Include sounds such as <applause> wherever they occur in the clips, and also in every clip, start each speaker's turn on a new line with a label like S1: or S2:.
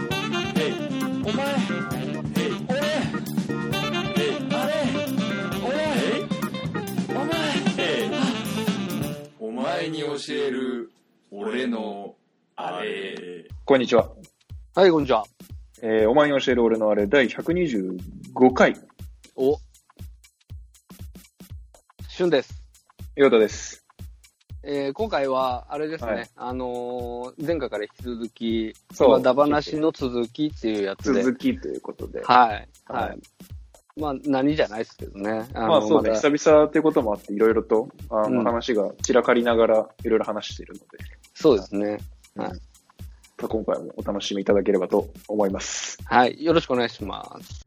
S1: お前俺あれ俺お前
S2: お前に教える俺のあれ
S3: こんにちは。
S1: はい、こんにちは。
S3: えーお前に教える俺のあれ、第125回、
S1: お。しゅんです。
S3: ヨタです。
S1: えー今回は、あれですね、
S3: はい
S1: あのー前回から引き続き、
S3: そう
S1: だ話の続きっていうやつで。
S3: 続きということで。
S1: はい。はい。
S3: はい
S1: まあ、何じゃないですけどね。あの
S3: まあそうね、
S1: だ
S3: 久々っていうこともあって、いろいろと、あの、
S1: うん
S3: 話が散らかりながら、いろいろ話しているので、
S1: そうですね。
S3: まあ今回もお楽しみいただければと思います。
S1: はい。よろしくお願いします。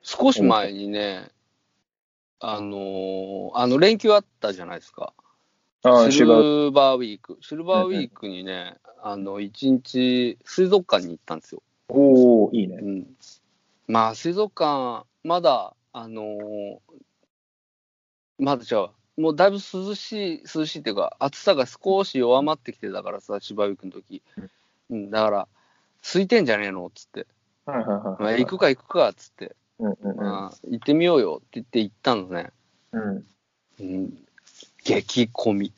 S1: 少し前にね、あのーあの、連休あったじゃないですか。
S3: ああ、
S1: シ
S3: シ
S1: ル
S3: ルバー、
S1: バーウィーク。シルバーウィークにね、あの、一日、水族館に行ったんですよ。
S3: おおいいね。
S1: うん。まあ、水族館、まだ、あのーまだじゃあ、もうだいぶ涼しい、涼しいっていうか、暑さが少し弱まってきてたからさ、シルバーウィークの時。うん、だから、空いてんじゃねえのっつって、
S3: はいはいはい
S1: まあ、
S3: はい。
S1: 行くか行くかっつって、
S3: うんうんうん。
S1: まあ、行ってみようよって言って行ったのね。
S3: うん。
S1: うん、激混み。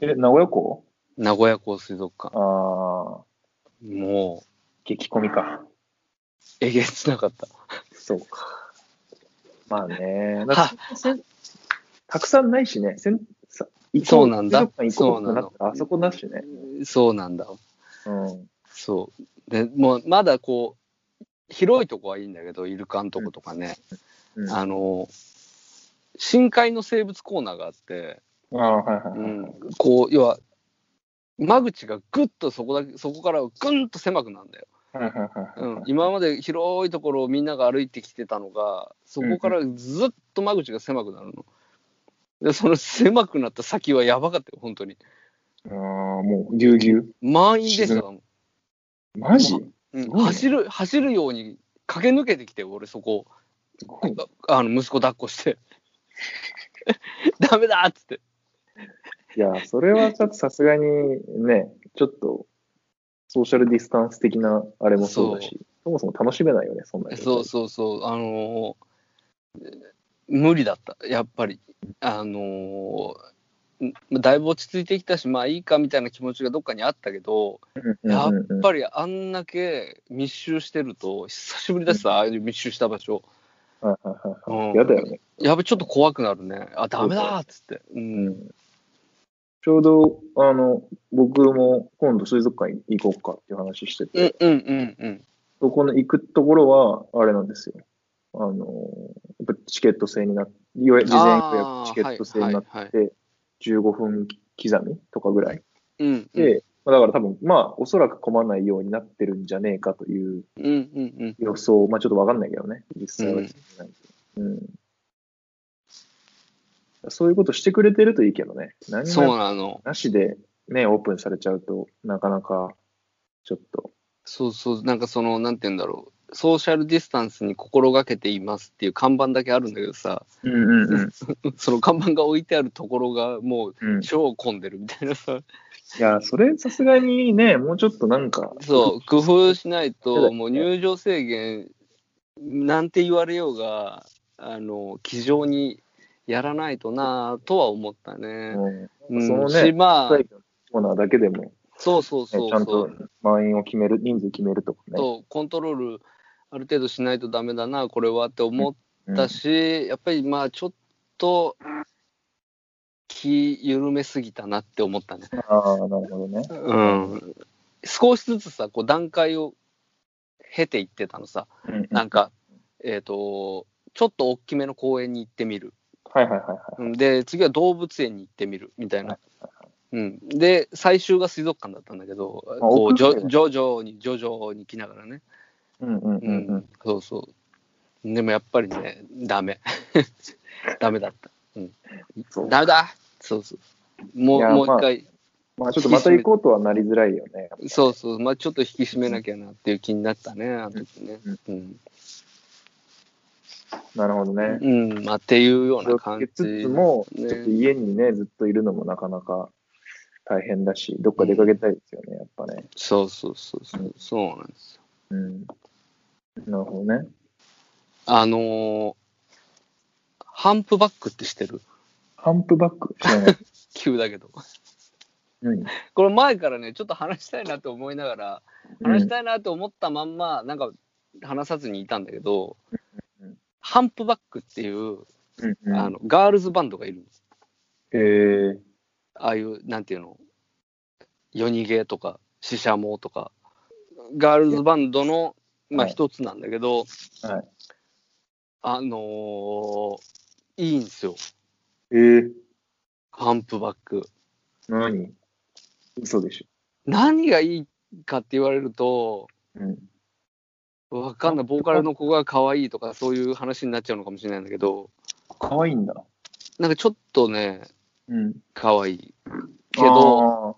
S3: え、名古屋港
S1: 名古屋港水族館。
S3: ああ、
S1: もう、
S3: 激混みか。
S1: えげつなかった。
S3: そうか。まあ <laughs> ね。
S1: は
S3: たくさんないしね。せんさ
S1: そうなんだ
S3: 水族館行こうとなっ
S1: そう
S3: たらあそこだしね。
S1: そうなんだ。
S3: うん。
S1: そう。でもうまだこう、広いとこはいいんだけど、イルカのとことかね、
S3: うん
S1: あの、深海の生物コーナーがあって、
S3: ああ、はいは
S1: う
S3: いはい。
S1: ん、こう、要は、間口がぐっとそこだけ、そこからぐんと狭くなるんだよ。
S3: はいはいはい
S1: うん
S3: は、い。
S1: 今まで広いところをみんなが歩いてきてたのが、そこからずっと間口が狭くなるの。で、その狭くなった先はやばかったよ、本当に。
S3: ああ、もう、ぎゅうぎゅ
S1: 満員でしたもん。
S3: う。マジ
S1: うん
S3: すごいね
S1: 走る走るように駆け抜けてきて俺そこ
S3: すごいね。
S1: あの息子抱っこして <laughs> ダメだっつって
S3: いや、それはちょっとさすがにね、ちょっと、ソーシャルディスタンス的なあれもそうだし、そもそも楽しめないよね、そんなに。
S1: そうそうそうあのー無理だったやっぱりあのーんだいぶ落ち着いてきたしまあいいかみたいな気持ちがどっかにあったけど
S3: うんうん
S1: やっ
S3: うんうん。
S1: ぱりあんだけ密集してると久しぶりだしさああいう密集した場所、
S3: はいはいはい
S1: うん、
S3: やだよね。
S1: やべちょっと怖くなるねあダメだっつってうん
S3: ちょうど、あの、僕も今度水族館行こうかっていう話してて、
S1: うんうんうんうん
S3: そこの行くところは、あれなんですよ。あの、やっぱチケット制になって、事前予
S1: あ
S3: 約
S1: ー
S3: チケット制になって、
S1: はいはいはい
S3: 15分刻みとかぐらい。
S1: うんうん
S3: で、まあだから多分、まあ、おそらく混まないようになってるんじゃねえかという
S1: うんうんうん
S3: 予想、まあちょっとわかんないけどね、実際は、うんそういうことしてくれてるといいけどね。何も
S1: そうなの。
S3: なしで、ね、オープンされちゃうと、なかなか、ちょっと、
S1: そうそう、なんかその、なんて言うんだろう。ソーシャルディスタンスに心がけていますっていう看板だけあるんだけどさ、 <laughs>
S3: うんうんうん。
S1: その看板が置いてあるところがもう
S3: うん、い
S1: 超混んでるみたいなさ、
S3: や、それさすがにね、もうちょっとなんか、
S1: そう、工夫しない
S3: そうだ
S1: と、
S3: ね
S1: もう入場制限なんて言われようが、あの、気丈にやらないとなぁとは思ったね。
S3: うん、
S1: うん、
S3: そのね
S1: しまあ
S3: 最、後のコーナーだけでも、ね、
S1: そうそう
S3: ち
S1: そう
S3: ゃん
S1: そう
S3: と。満員を決める、人数決めるとかね。
S1: そうコントロールある程度しないとダメだなこれはって思っ
S3: うん
S1: たし、やっぱりまあちょっと気緩めすぎたなって思ったね、
S3: ああ、なるほどね。
S1: うん、少しずつさこう段階を経ていってたのさ
S3: うん
S1: なんかえっ、とちょっと大きめの公園に行ってみる
S3: はいはいはいは
S1: うんで次は動物園に行ってみるみたいな、うん、で最終が水族館だったんだけどこうじ
S3: 奥深
S1: ょ
S3: いね
S1: 徐々に徐々に来ながらね
S3: い。うんうん
S1: う
S3: うんうん
S1: ん、そうそう。でもやっぱりね、ダメ。 <laughs> ダメだった。
S3: そう
S1: ダメだそうそう。
S3: い
S1: も、
S3: うや
S1: もう
S3: まあ
S1: 一回、
S3: まあちょっとまた行こうとはなりづらいよね。
S1: そうそう、まあ、ちょっと引き締めなきゃなっていう気になったね、あの時ね。うん、
S3: なるほどね。
S1: うんまあ、っていうよう
S3: 気
S1: な
S3: を
S1: 感
S3: つけ。つ
S1: じ
S3: つも、
S1: ね
S3: ちょっと家にね、ずっといるのもなかなか大変だし、どっか出かけたいですよね、やっぱね。
S1: そうそうそうそう、そうなんですよ。
S3: うん。なるほどね。
S1: あのーハンプバックってしてる
S3: ハンプバック知
S1: <laughs>
S3: らない。
S1: 急だけど。
S3: 何
S1: これ前からね、ちょっと話したいなと思いながら、話したいなと思ったまんま、なんか話さずにいたんだけど
S3: うん、
S1: ハンプバックっていう、
S3: うんうん
S1: あのガールズバンドがいるんです。
S3: えー、
S1: ああいう、なんていうの、夜逃げとか、シシャモとか、ガールズバンドの、まあ
S3: はい
S1: 一つなんだけど、
S3: はい
S1: あのーいいんですよ、
S3: えー、
S1: ハンプバック。
S3: 何嘘でし
S1: 何がいいかって言われる
S3: ょ。
S1: と、
S3: うん。
S1: わかんない、ボーカルの子が可愛いとか、そういう話になっちゃうのかもしれないんだけど、
S3: 可愛いんだ。
S1: なんかちょっとね、
S3: うん。
S1: 可愛いけど、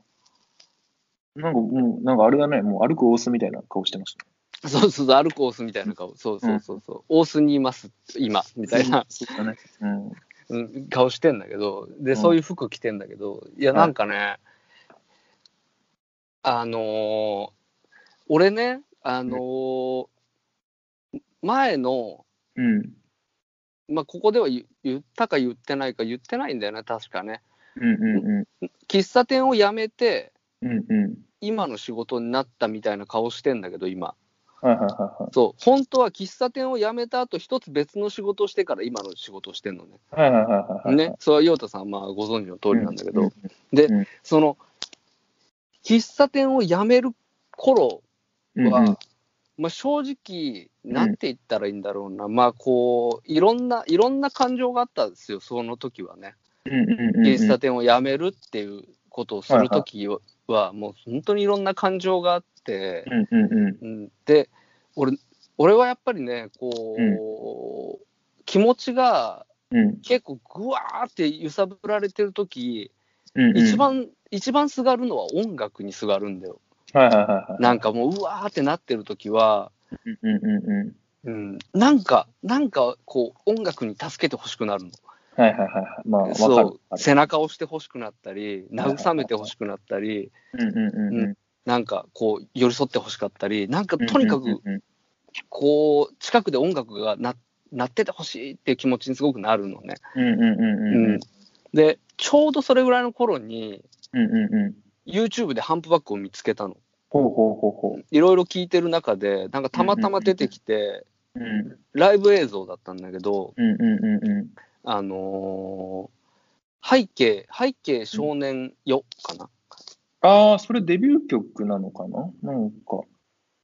S3: あー、なんかもう、なんかあれだね、もう歩くオースみたいな顔してますね。
S1: そうそうそう、アルコースみたいな顔、そうそうそうそう、オースにいます、今、みたいな、
S3: そうだね。うん。
S1: うん顔してんだけど、で、
S3: うん
S1: そういう服着てんだけど、いや、なんかね、あのー俺ね、あのー前の、
S3: うん。
S1: まあ、ここでは言言ったか言ってないか言ってないんだよね、確かね。
S3: うんうん
S1: 喫茶店を辞めて、
S3: うん。うんうん。
S1: 今の仕事になったみたいな顔してんだけど今
S3: はいはいはいはい。
S1: そう本当は喫茶店を辞めた後一つ別の仕事をしてから今の仕事をしてんのね、
S3: はいはいはいはい。
S1: ねそれは陽太さんまあご存知の通りなんだけど、
S3: うんうん
S1: で、
S3: うん
S1: その喫茶店を辞める頃
S3: うんうん
S1: は、まあ、正直なんて言ったらいいんだろうな、まあこういろんないろんな感情があったんですよその時はね
S3: うんうんうんうん
S1: 喫茶店を辞めるっていうことをする時は、もう本当にいろんな感情があって、
S3: うんうんうん
S1: うん、で俺俺はやっぱりねこう、気持ちが
S3: うん
S1: 結構ぐわーって揺さぶられてる時、
S3: うんうん
S1: 一番一番すがるのは音楽にすがるんだよ
S3: はいはいはいはい
S1: なんかもううわーってなってる時は、
S3: うんうんうんうん
S1: うん、なんかなんかこう音楽に助けてほしくなるの
S3: はいはいはいはいまあわかる
S1: そ
S3: わ
S1: う
S3: か
S1: 背中を押してほしくなったり慰めてほしくなったり
S3: るうんうんうんうん
S1: なんかこう寄り添ってほしかったりなんかとにかく
S3: うんうん
S1: こう近くで音楽がな鳴っててほしいっていう気持ちにすごくなるのね。
S3: うんうんうん
S1: でちょうどそれぐらいの頃に
S3: うんうんうん
S1: YouTube でハンプバックを見つけたの。
S3: ほうほうほうほ
S1: いろいろ聞いてる中でなんかたまたま出てきて
S3: ううん
S1: ライブ映像だったんだけど、
S3: うんうんうんうん
S1: あのー背景背景少年よかな
S3: ああそれデビュー曲なのかななんか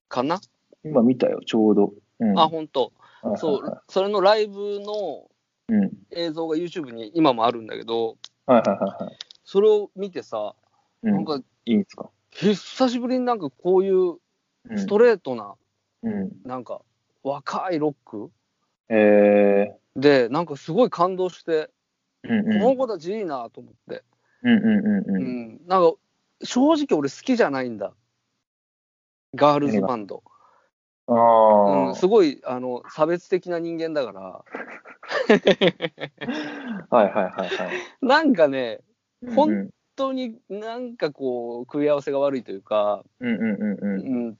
S1: かな、
S3: 今見たよちょうどうん
S1: あ本当
S3: はいはいはい
S1: そうそれのライブの
S3: うん
S1: 映像が YouTube に今もあるんだけど
S3: はいはいはいはい
S1: それを見てさ
S3: う
S1: なんか
S3: いいんですか
S1: 久しぶりになんかこういう
S3: うん
S1: ストレートな、
S3: うん
S1: なんか若いロック
S3: え
S1: でなんかすごい感動して、
S3: ーうんうん
S1: この子たちいいなと思って、
S3: うんうんうん
S1: う
S3: うんん
S1: なんか正直俺好きじゃないんだガールズバンド、う
S3: あ
S1: ん、
S3: あ
S1: すごいあの差別的な人間だから
S3: はいはいはいはい
S1: なんかね <laughs> ほん
S3: うんうん
S1: 本当になんかこう組み合わせが悪いというか、
S3: うんうんうん
S1: う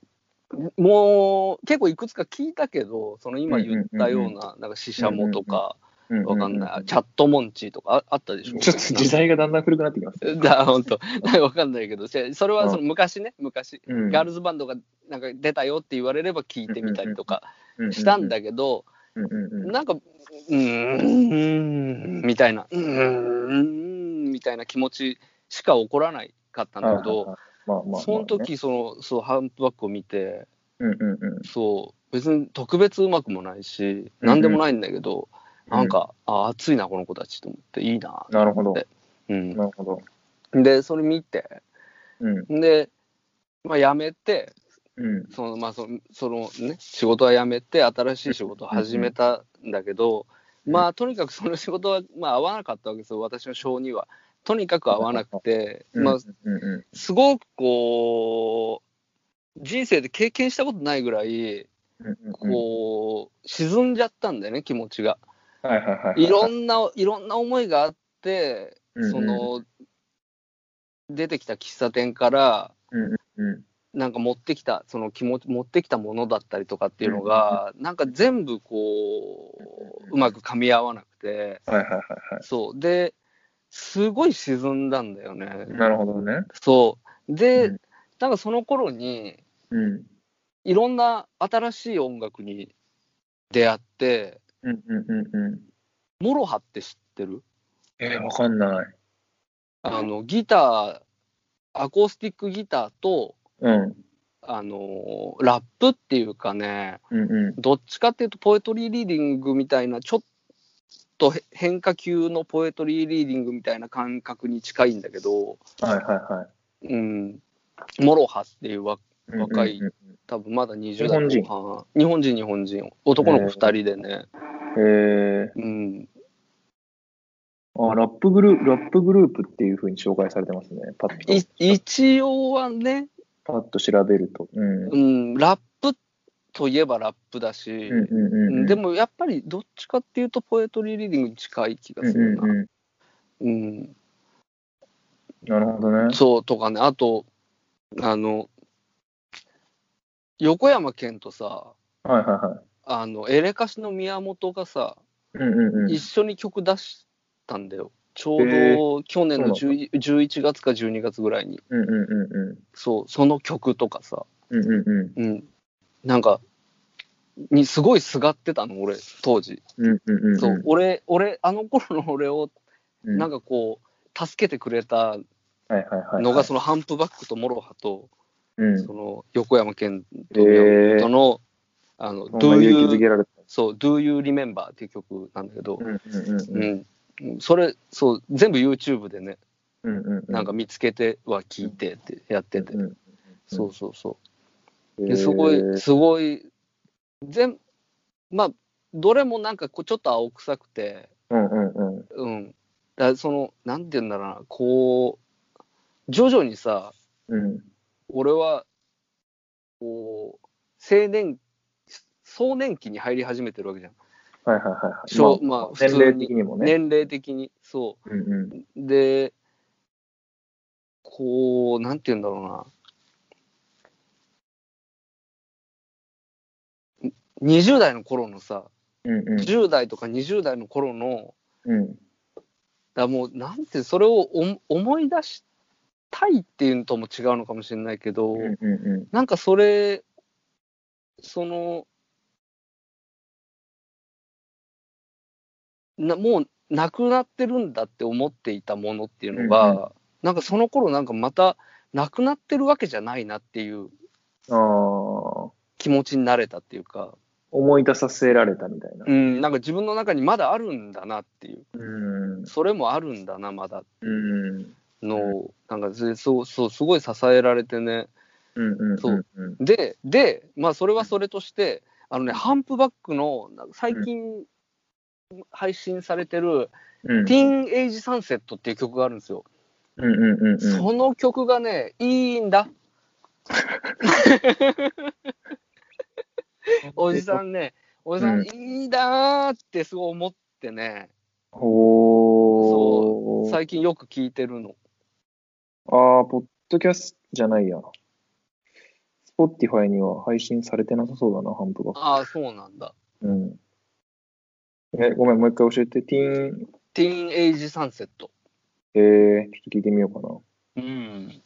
S3: うん
S1: ん、もう結構いくつか聞いたけどその今言ったような、
S3: うんうん
S1: なんかシシャモとか、
S3: うん
S1: わかんない、
S3: うう
S1: チャットモンチーとかああったでしょ
S3: ちょっと時代がだんだん古くなってきますね。
S1: だ本当なんかわかんないけどそれそれはその昔ね昔
S3: うん
S1: ガールズバンドがなんか出たよって言われれば聞いてみたりとかしたんだけど
S3: うんうんうん
S1: なんかうーんみたいなうーんみたいな気持ちしか起こらないかったんだけど
S3: まあまあまあね
S1: その時そのそうハンプバックを見て
S3: うんうんうん
S1: そう別に特別うまくもないし何でもないんだけどなんかあ熱いなこの子たちと思っていいな
S3: なるほど。
S1: でうん
S3: なるほど。
S1: でそれ見て
S3: うん
S1: で、まあ、辞めて
S3: うん
S1: その、まあそのそのね、仕事は辞めて新しい仕事を始めたんだけど、
S3: うん
S1: まあとにかくその仕事は、まあ、合わなかったわけですよ私の性には。とにかく合わなくて、まあ、
S3: うんうん
S1: すごくこう、人生で経験したことないぐらい、
S3: うんうんうん
S1: こう、沈んじゃったんだよね、気持ちが。
S3: はいはいはいはい
S1: いろんな、いろんな思いがあって、
S3: うんうん
S1: その、出てきた喫茶店から、
S3: うん
S1: なんか持ってきた、その気持ち、持ってきたものだったりとかっていうのが、なんか全部こう、うまく噛み合わなくて、
S3: はいはいはいは
S1: そう。で、すごい沈んだんだよね
S3: い。なるほどね
S1: そう。で、
S3: うん
S1: なんかその頃に、
S3: うん
S1: いろんな新しい音楽に出会って、
S3: うんうんうんうん
S1: モロハって知ってる
S3: えー、わかんない
S1: あの、ギター、アコースティックギターと、
S3: うん
S1: あの、ラップっていうかね、
S3: うんう
S1: どっちかっていうと、ポエトリーリーディングみたいな、ちょっとへ変化球のポエトリーリーディングみたいな感覚に近いんだけど、
S3: んはいはいはい
S1: うん、モロハっていうわ
S3: うんうんうん
S1: 若い多分まだ20代
S3: 日
S1: 後半日本人日本人男の子2人でね、
S3: え
S1: うん
S3: ー、あラップグループラップグループっていうふうに紹介されてますねパッ
S1: い
S3: と
S1: 一応はね、
S3: パッと調べるとうん
S1: うん、ラップといえばラップだし、
S3: うんうんうんうん
S1: でもやっぱりどっちかっていうとポエトリーリーディングに近い気が
S3: うん
S1: する
S3: うん
S1: な、
S3: うん
S1: うん
S3: なるほどね
S1: そうとかねあとあの横山健とさ
S3: はいはいはい
S1: あのエレカシの宮本がさ、
S3: うんうんうん
S1: 一緒に曲出したんだよ。ちょう
S3: へ
S1: ど去年の
S3: そ
S1: 10 11月か12月ぐらいに。
S3: うんうんうんうん
S1: そう、その曲とかさ。
S3: うんうんうん
S1: うん。なんか、にすごいすがってたの、俺、当時。
S3: うんうんうんうん
S1: そう、俺、俺、あの頃の俺を、
S3: うん
S1: なんかこう、助けてくれた
S3: はいはいはいはい
S1: のが、そのハンプバックとモロハと、
S3: うん
S1: その横山健と
S3: へー
S1: 宮本の、あの、
S3: そんな
S1: Do
S3: 勇気づ
S1: You,
S3: けられた
S1: そう、Do You Remember っていう曲なんだけど
S3: う、んうんうん
S1: うん。それ、そう、全部 YouTube でね、
S3: うんうんうん
S1: なんか見つけては聞いてってやってて、
S3: うん
S1: そうそうそ
S3: へ
S1: う。
S3: ー
S1: で、すごい、すごい、全、まあ、どれもなんかこうちょっと青臭くて、
S3: うんうんうん
S1: うん。だその、なんて言うんだろうな、こう、徐々にさ、
S3: うん
S1: 俺は、こう、青年、壮年期に入り始めてるわけじゃん。
S3: はいはいはいはい
S1: そうまあ普
S3: 年
S1: 通に
S3: 齢的にもね
S1: 年齢的に、そう。
S3: うんうん
S1: で、こう、なんて言うんだろうな。ん20代の頃のさ、
S3: うんうん
S1: 10代とか20代の頃の、
S3: うん
S1: だもう、なんて、それをお思い出したいっていうのとも違うのかもしれないけど、
S3: うんうんうん
S1: なんかそれ、その、なもうなくなってるんだって思っていたものっていうのが、
S3: うん
S1: なんかその頃なんかまたなくなってるわけじゃないなっていう
S3: ああ、
S1: 気持ちになれたっていうか、
S3: 思い出させられたみたいな
S1: う。ん、なんか自分の中にまだあるんだなっていう、
S3: うん。
S1: それもあるんだな、まだ
S3: うん。
S1: のを、なんかずそう、そう、すごい支えられてね、
S3: うん。うん。。
S1: そうんで、で、まあ、それはそれとして、あのね、ハンプバックのなんか最近配信されてる、
S3: うん。
S1: ティーンエイジサンセットっていう曲があるんですよ。
S3: うん。うん。うん。
S1: その曲がね、いいんだ。おじさ
S3: ん。
S1: んね、おじさ、
S3: うんん
S1: いいなーってすごい思ってね、
S3: おー。
S1: 最近よく聞いてるの。
S3: ああ、ポッドキャストじゃないや。スポティファイには配信されてなさそうだな、ハンプが。
S1: ああ、そうなんだ。
S3: うん。え、ごめん、もう一回教えて。ティーン、
S1: ティーンエイジサンセット。
S3: えー、ちょっと聞いてみようかな。
S1: うん。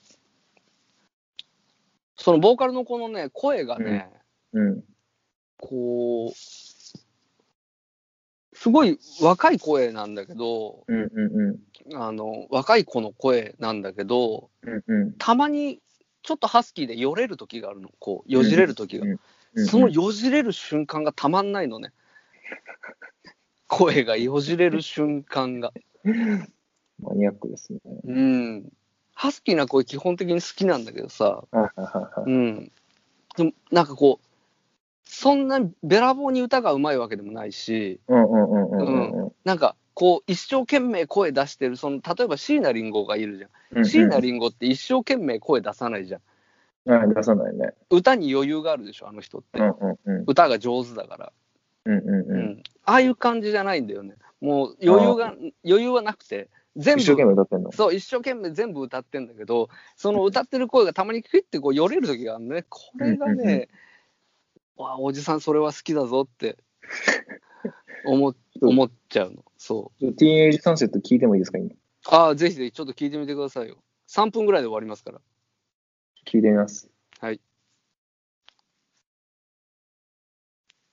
S1: そのボーカルのこのね、声がね、
S3: うん。
S1: こう、すごい若い声なんだけど、
S3: うん。うん。うん。
S1: あの、若い子の声なんだけど、
S3: うん。うん。
S1: たまにちょっとハスキーでよれる時があるの、こう、よじれる時が。
S3: うん
S1: その、よじれる瞬間がたまんないのね。声がよじれる瞬間が。
S3: マニアックですね。
S1: うん。ハスキーな声基本的に好きなんだけどさ、
S3: はいはいはいは
S1: うん。でもなんかこう、そんなにべらぼうに歌がうまいわけでもないし、
S3: い。うんうんうんうんうんうん。
S1: なんかこう一生懸命声出してるその例えば椎名林檎がいるじゃん
S3: うんうん
S1: 椎名林檎って一生懸命声出さないじゃん
S3: うん出さないね。
S1: 歌に余裕があるでしょあの人って、
S3: うんうんうん。
S1: 歌が上手だから、
S3: うんうん
S1: う
S3: うん。
S1: んああいう感じじゃないんだよねもう余裕が余裕はなくて全部
S3: 一生懸命歌ってんの。
S1: そう一生懸命全部歌ってんだけどその歌ってる声がたまにクイッてこうよれる時があるのねこれが
S3: うんうんうん
S1: ね、わあおじさんそれは好きだぞって
S3: <laughs>
S1: 思
S3: そう
S1: 思っちゃうのそう
S3: ちょっとティーンエイジサンセット聞いてもいいですか、今。
S1: ああぜひぜひちょっと聞いてみてくださいよ3分ぐらいで終わりますから
S3: 聞いてみます。
S1: はい。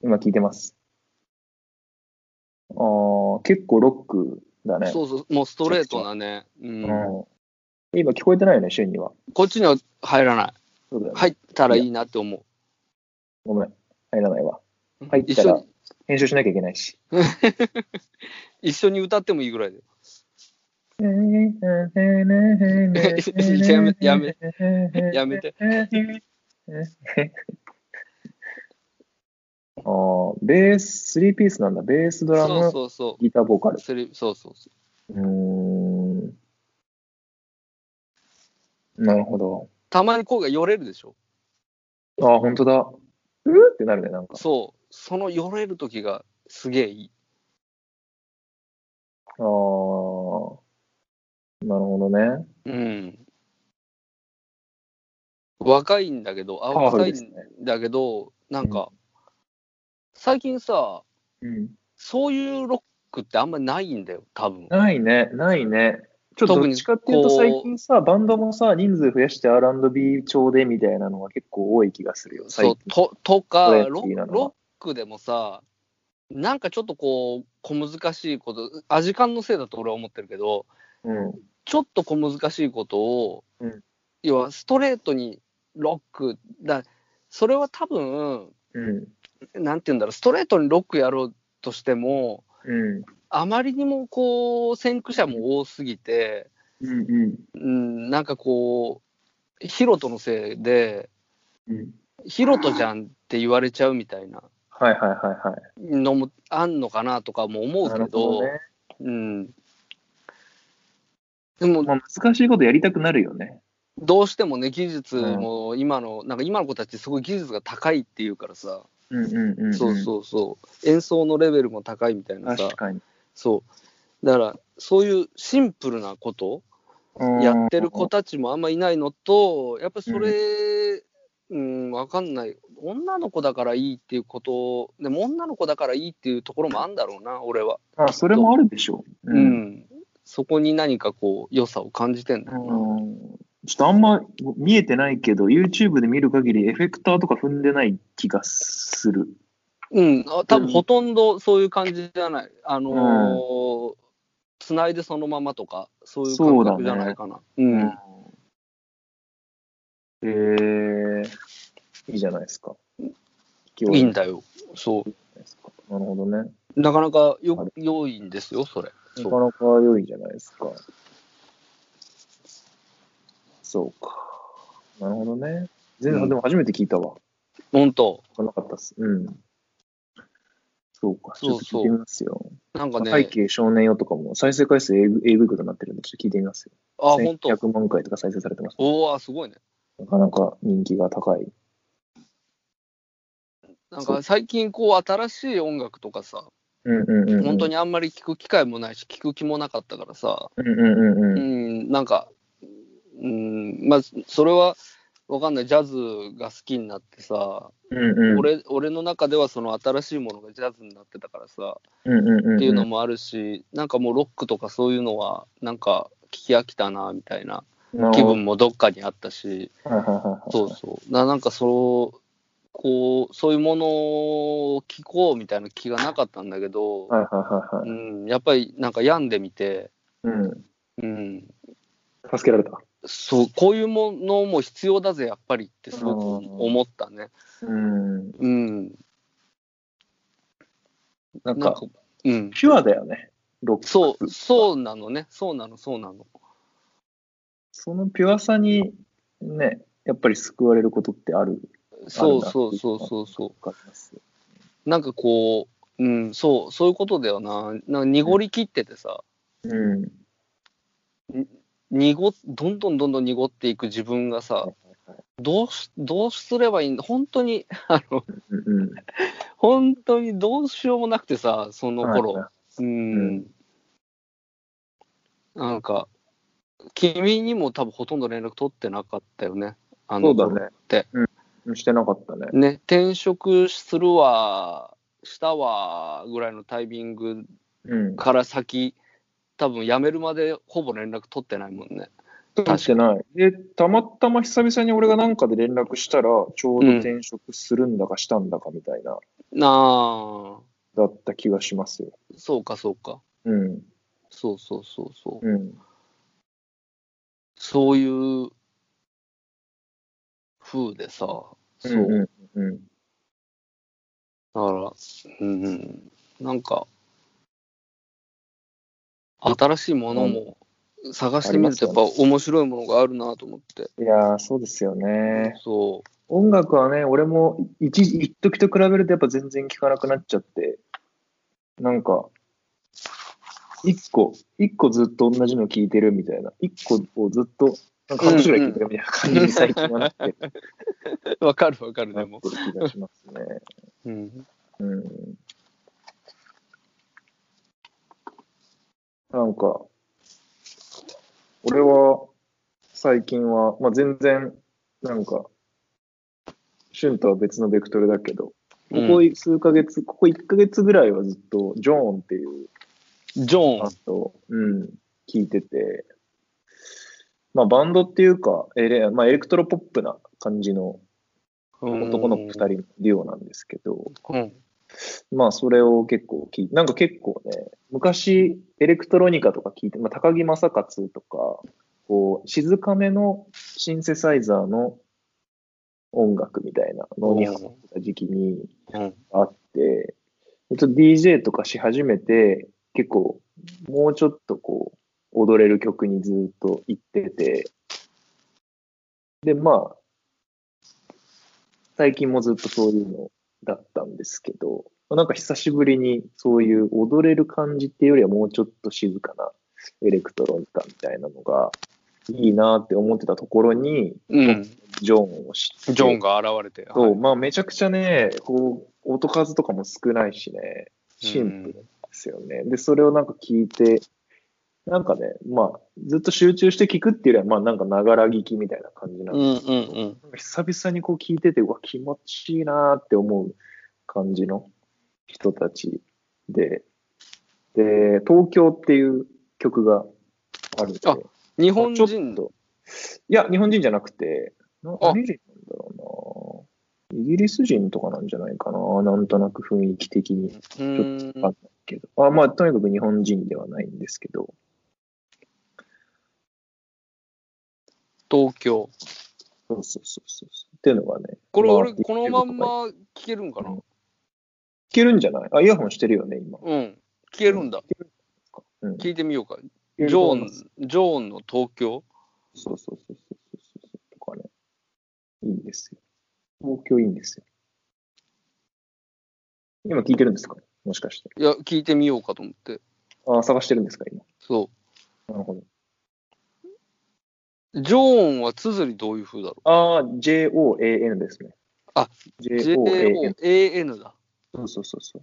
S3: 今聞いてます。ああ、結構ロックだね。
S1: そうそうもうストレートなね、うん
S3: うん。今聞こえてないよね、瞬には。
S1: こっちには入らない
S3: そうだよね。
S1: 入ったらいいなって思
S3: ごめん。入らないわ。
S1: う
S3: 入った
S1: 一緒
S3: ら
S1: に
S3: 編集しなきゃいけないし。
S1: 一緒に歌ってもいいぐらいで
S3: や
S1: め <laughs> やめやめて。
S3: ああ、ベース、3ピースなんだ。ベース、ドラ
S1: そう
S3: ム、
S1: そうそ
S3: ギター、ボーカル
S1: う。それそうそうそう
S3: ーん。なるほど。
S1: うたまに声がよれるでしょ
S3: ああ、本当だ。うーってなるね、なんか。
S1: そう、そのよれる時がすげえいい。
S3: ああ。なるほどね。
S1: うん。若いんだけど、あ
S3: パワフル
S1: 若い
S3: ですね
S1: んだけど、なんか、最近さ、
S3: うん。
S1: そういうロックってあんまないんだよ、多分。
S3: ないね、ないね。ちょっとどっちかっていうと
S1: 特にこう
S3: 最近さ、バンドもさ、人数増やして R&B 調でみたいなのが結構多い気がするよ、
S1: そ
S3: 最
S1: う
S3: 近。
S1: ととか
S3: これ
S1: ロ、
S3: いいな
S1: ロックでもさ、なんかちょっとこう、小難しいこと、アジカンのせいだと俺は思ってるけど、
S3: うん。
S1: ちょっと小難しいことを、
S3: うん
S1: 要はストレートにロックだそれは多分
S3: うん。
S1: なんて言うんだろうストレートにロックやろうとしても
S3: うん。
S1: あまりにもこう先駆者も多すぎて、
S3: うん。うん
S1: うん、なんかこうヒロトのせいで
S3: うん。
S1: ヒロトじゃんって言われちゃうみたいな
S3: はいはいはいはい。
S1: のもあんのかなとかも思う
S3: な
S1: け
S3: る
S1: ど
S3: ほどね。
S1: うん、でも
S3: まあ、難しいことやりたくなるよね。
S1: どうしてもね技術も今の、なんか今の子たちすごい技術が高いっていうからさ、
S3: うんうんうん。
S1: そうそうそう演奏のレベルも高いみたいなさ
S3: 確かに。
S1: そうだからそういうシンプルなことやってる子たちもあんまいないのとやっぱりそれうん、わかんない女の子だからいいっていうことでも女の子だからいいっていうところもあんだろうな俺は
S3: あそれもあるでしょう。
S1: うん、そこに何かこう良さを感じてんだろうな、
S3: うんちょっとあんま見えてないけど、YouTube で見る限りエフェクターとか踏んでない気がする。
S1: うん、あ多
S3: うん
S1: 分ほとんどそういう感じじゃない。あのーつないでそのままとか、そういう感覚じゃないかな。う。
S3: うんえー、いいじゃないですか。
S1: いいんだよ。そ
S3: なるほどね。
S1: う。なかなか
S3: あ
S1: よ、良いんですよ、それ。
S3: な
S1: そ
S3: か
S1: う。
S3: なか良いじゃないですか。そうか。なるほどね。全然、
S1: うん
S3: でも初めて聞いたわ。
S1: 本当
S3: 分かんなかったっす。うん。そうか。ちょっと聞いてみますよ。
S1: なんか
S3: 背
S1: ね、
S3: 景少年よとかも再生回数えぐえぐいことになってるんで、ちょっと聞いてみますよ。
S1: あ、本当
S3: 100万回とか再生されてます。
S1: おおすごいね。
S3: なかなか人気が高い。
S1: なん
S3: そ
S1: か
S3: う
S1: 最近こう、新しい音楽とかさ、
S3: うんうんうんうん。
S1: 本当にあんまり聞く機会もないし、聞く気もなかったからさ、
S3: うんうんうん
S1: う
S3: うん。
S1: ん、なんか、うん、まあ、それは、わかんない。ジャズが好きになってさ、
S3: うんうん。
S1: 俺俺の中ではその新しいものがジャズになってたからさ
S3: うんうんうんうん
S1: っていうのもあるし、なんかもうロックとかそういうのはなんか聞き飽きたなみたいな
S3: なる
S1: 気
S3: ほど
S1: 分もどっかにあったし
S3: はいはいはいはい
S1: そうそうななんかそうこうそういうものを聞こうみたいな気がなかったんだけど、
S3: はいはいはいは
S1: う
S3: い。
S1: ん、やっぱりなんか病んでみて、
S3: うん。
S1: うん、
S3: 助けられた。
S1: そうこういうものも必要だぜやっぱりってすごく思ったね。
S3: うん。
S1: うん、
S3: なん
S1: なん
S3: か
S1: か、うん、
S3: ピュアだよね。ロック。
S1: そう、そうなのね。そうなの、そうなの。
S3: そのピュアさに、ね、やっぱり救われることってある。
S1: そうそうそうそうそ
S3: わかります。
S1: う。なんかこう、うん、そう、そういうことだよな。なんか濁りきっててさ、
S3: うん。
S1: 濁っどんどんどんどん濁っていく自分がさ、どうし、どうすればいいんだ本当に、 <laughs> あの、
S3: うんうん。
S1: 本当にどうしようもなくてさ、その頃。
S3: はう
S1: う。
S3: ん
S1: なんか、君にも多分ほとんど連絡取ってなかったよね。あ
S3: いそ
S1: の
S3: うだ
S1: 頃
S3: ね。
S1: て
S3: うん。してなかったね。
S1: ね。転職するわ、したわ、ぐらいのタイミング
S3: うん。
S1: から先、多分辞めるまでほぼ連絡取ってないもんね。
S3: してない。で、たまたま久々に俺がなんかで連絡したら、ちょうど転職するんだかしたんだかみたいな、
S1: なあ、
S3: だった気がしますよ。
S1: そうかそうか。
S3: うん。
S1: そうそうそうそう。
S3: うん。
S1: そういう風でさ、そう。
S3: うんうんうん。
S1: だから、うんうん、なんか、新しいものも探してみると、やっぱ面白いものがあるなと思って。
S3: いやー、そうですよね。
S1: そ
S3: 音楽はね、俺も一時、一時と比べるとやっぱ全然聴かなくなっちゃって、なんか、一個、一個ずっと同じの聴いてるみたいな、一個をずっと、なんか半年ぐらい聴いてるみたいな感じに最近はなってる
S1: う。わかるわかる、
S3: な
S1: で
S3: っ
S1: も。
S3: てる気がしますね。
S1: うん。
S3: うん。なんか、俺は最近は、まあ、全然、なんか、シュンとは別のベクトルだけど、ここい数ヶ月、ここ1ヶ月ぐらいはずっと、ジョーンっていう
S1: ジョ
S3: バ
S1: ー
S3: ンドを、うん、聞いてて、まあ、バンドっていうか、エレ,、まあ、エレクトロポップな感じの
S1: ン。
S3: 男の子2人のデュオなんですけど、
S1: うん。
S3: まあ、それを結構聞いなんか結構ね、昔、エレクトロニカとか聞いて、まあ、高木正勝とか、こう、静かめのシンセサイザーの音楽みたいなのにハマってた時期に
S1: うん。
S3: あって、ちょっと DJ とかし始めて、結構、もうちょっとこう、踊れる曲にずっと行ってて、で、まあ、最近もずっとそういうのだったんですけど、なんか久しぶりにそういう踊れる感じっていうよりはもうちょっと静かなエレクトロニカみたいなのがいいなって思ってたところに、
S1: うん。
S3: ジョンを知って、
S1: ジョンが現れて。
S3: そう、
S1: はい
S3: まあめちゃくちゃね、こう、音数とかも少ないしね、シンプルですよね。で、それをなんか聞いて、なんかね、まあ、ずっと集中して聞くっていうよりは、まあなんかながら聞きみたいな感じなん
S1: う
S3: で、
S1: んうんうん。
S3: なんか久々にこう聞いてて、うわ、気持ちいいなーって思う感じの人たちで、で、東京っていう曲があるんで、
S1: あ日本
S3: ちょ
S1: 人
S3: っといや、日本人じゃなくて、な
S1: あ
S3: 何人なんだろうな。イギリス人とかなんじゃないかな。なんとなく雰囲気的に。
S1: うん。
S3: あけどあまあ、とにかく日本人ではないんですけど。
S1: 東京。
S3: そうそうそうそう。っていうのがね。
S1: これ
S3: まあ
S1: 俺、このまん。
S3: 聞
S1: ま聞けるんかな
S3: けるんじゃないあ、イヤホンしてるよね、今。
S1: うん。聞けるんだ。
S3: うん、
S1: 聞いてみようか。
S3: ジ
S1: ジョーン、ジョーンの東京
S3: そうそうそうそうそうそう。とかね。いいんですよ。東京いいんですよ。今聞いてるんですかもしかして。
S1: いや、聞いてみようかと思って。
S3: あ、探してるんですか今。
S1: そう。
S3: なるほど。
S1: ジョーンは綴りどういう風だろ
S3: ああ、JOAN ですね。
S1: あ、う
S3: JOAN。
S1: ?J-O-A-N だ。
S3: そうそうそうそう。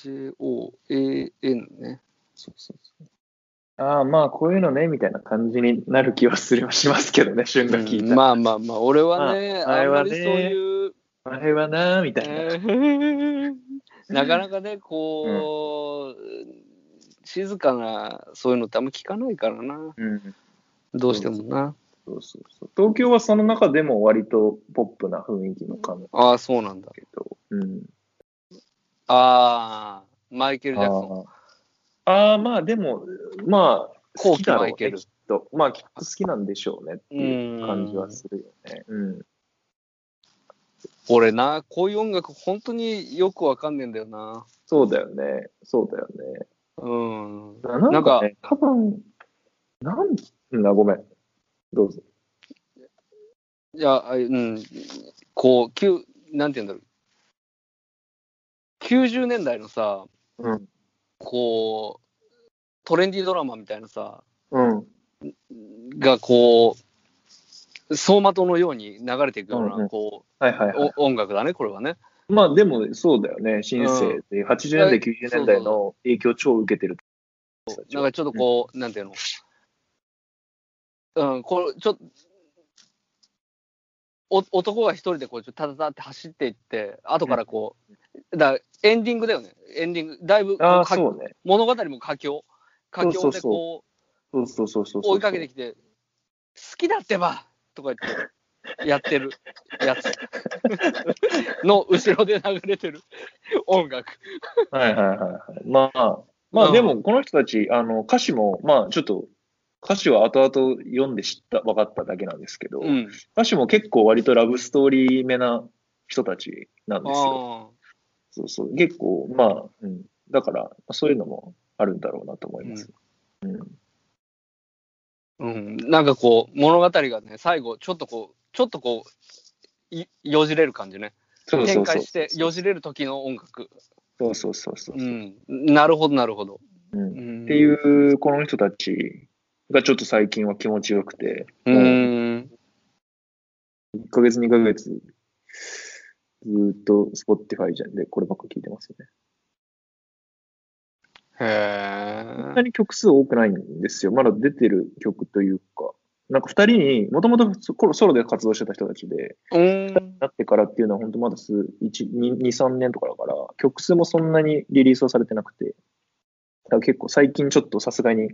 S1: J-O-A-N ね。
S3: そうそうそうああ、まあ、こういうのね、みたいな感じになる気はするしますけどね、旬が聞いたら。
S1: まあまあまあ、俺はね、
S3: まああ
S1: あ
S3: れ
S1: んま
S3: は
S1: り
S3: ね
S1: そういう、
S3: あれはなー、みたいな。
S1: え
S3: <laughs>
S1: ーなかなかね、こう、静かな、そういうのってあんま聞かないからな。
S3: うん。
S1: どうしてもな。
S3: そうそうそう。東京はその中でも割とポップな雰囲気の感じだ
S1: ああ、そうなんだ。
S3: けど。うん。
S1: ああ、マイケル・ジャクソ
S3: あ
S1: ン。
S3: あああ、まあ、でも、まあ、好きだろう
S1: 後期マイケ
S3: ね、
S1: ル
S3: きっと。まあ、きっと好きなんでしょうねっていう感じはするよね。うん。
S1: 俺な、こういう音楽、本当によくわかんねえんだよな。
S3: そうだよね。そうだよね。
S1: うん。
S3: なんか、ね、多分、なんだ、ごめん。どうぞ。
S1: いや、あうん、こう、急、なんて言うんだろう。 90年代のさ、
S3: うん
S1: こう、トレンディードラマみたいなさ、
S3: うん。
S1: がこう、走馬灯のように流れていくような、
S3: うんうん
S1: こ
S3: はいはいうはい。
S1: お音楽だね、これはね。
S3: まあでもそうだよね、新生で、80年代、90年代の影響超受けてる。
S1: なんかちょっとこう、なんていうの、うん、こうちょっとお男が一人でこうちょっとタタタって走っていって、後からこう、だからエンディングだよね、エンディング、だいぶこ
S3: ああ、
S1: か
S3: そうね。
S1: 物語も佳境、佳境でこう
S3: そうそうそそうそうそうそうそう。
S1: 追いかけてきて、好きだってばとか言って、やってる
S3: <laughs>
S1: やつの後ろで流れてる音楽。
S3: はいはいはいはい。まあ、ま
S1: う
S3: あ
S1: ん
S3: でも、この人たち、あの、歌詞も、まあちょっと、歌詞は後々読んで知った、分かっただけなんですけど、
S1: うん、
S3: 歌詞も結構割とラブストーリーめな人たちなんですよ。
S1: あ
S3: そうそう。結構、まあ、うん。だから、そういうのもあるんだろうなと思います。うん。
S1: ーうん、なんかこう、物語がね、最後、ちょっとこう、ちょっとこう、いよじれる感じね。
S3: そうそ
S1: 展
S3: うそう
S1: 開して、よじれる時の音楽。
S3: そうそうそうそうう。
S1: ん、なるほど、なるほど。
S3: うん
S1: う
S3: っ
S1: ん、
S3: ていう、この人たちがちょっと最近は気持ちよくて、
S1: う
S3: も
S1: ん。
S3: う1ヶ月、2ヶ月、ずーっと Spotify じゃんで、こればっか聞いてますよね。
S1: へ
S3: そん
S1: え
S3: な。に曲数多くないんですよ。まだ出てる曲というか、なんか2人に、もともとソロで活動してた人たちで、
S1: うん。
S3: なってからっていうのは、本当まだ数、1、2、3年とかだから、曲数もそんなにリリースはされてなくて、だから結構最近ちょっとさすがに、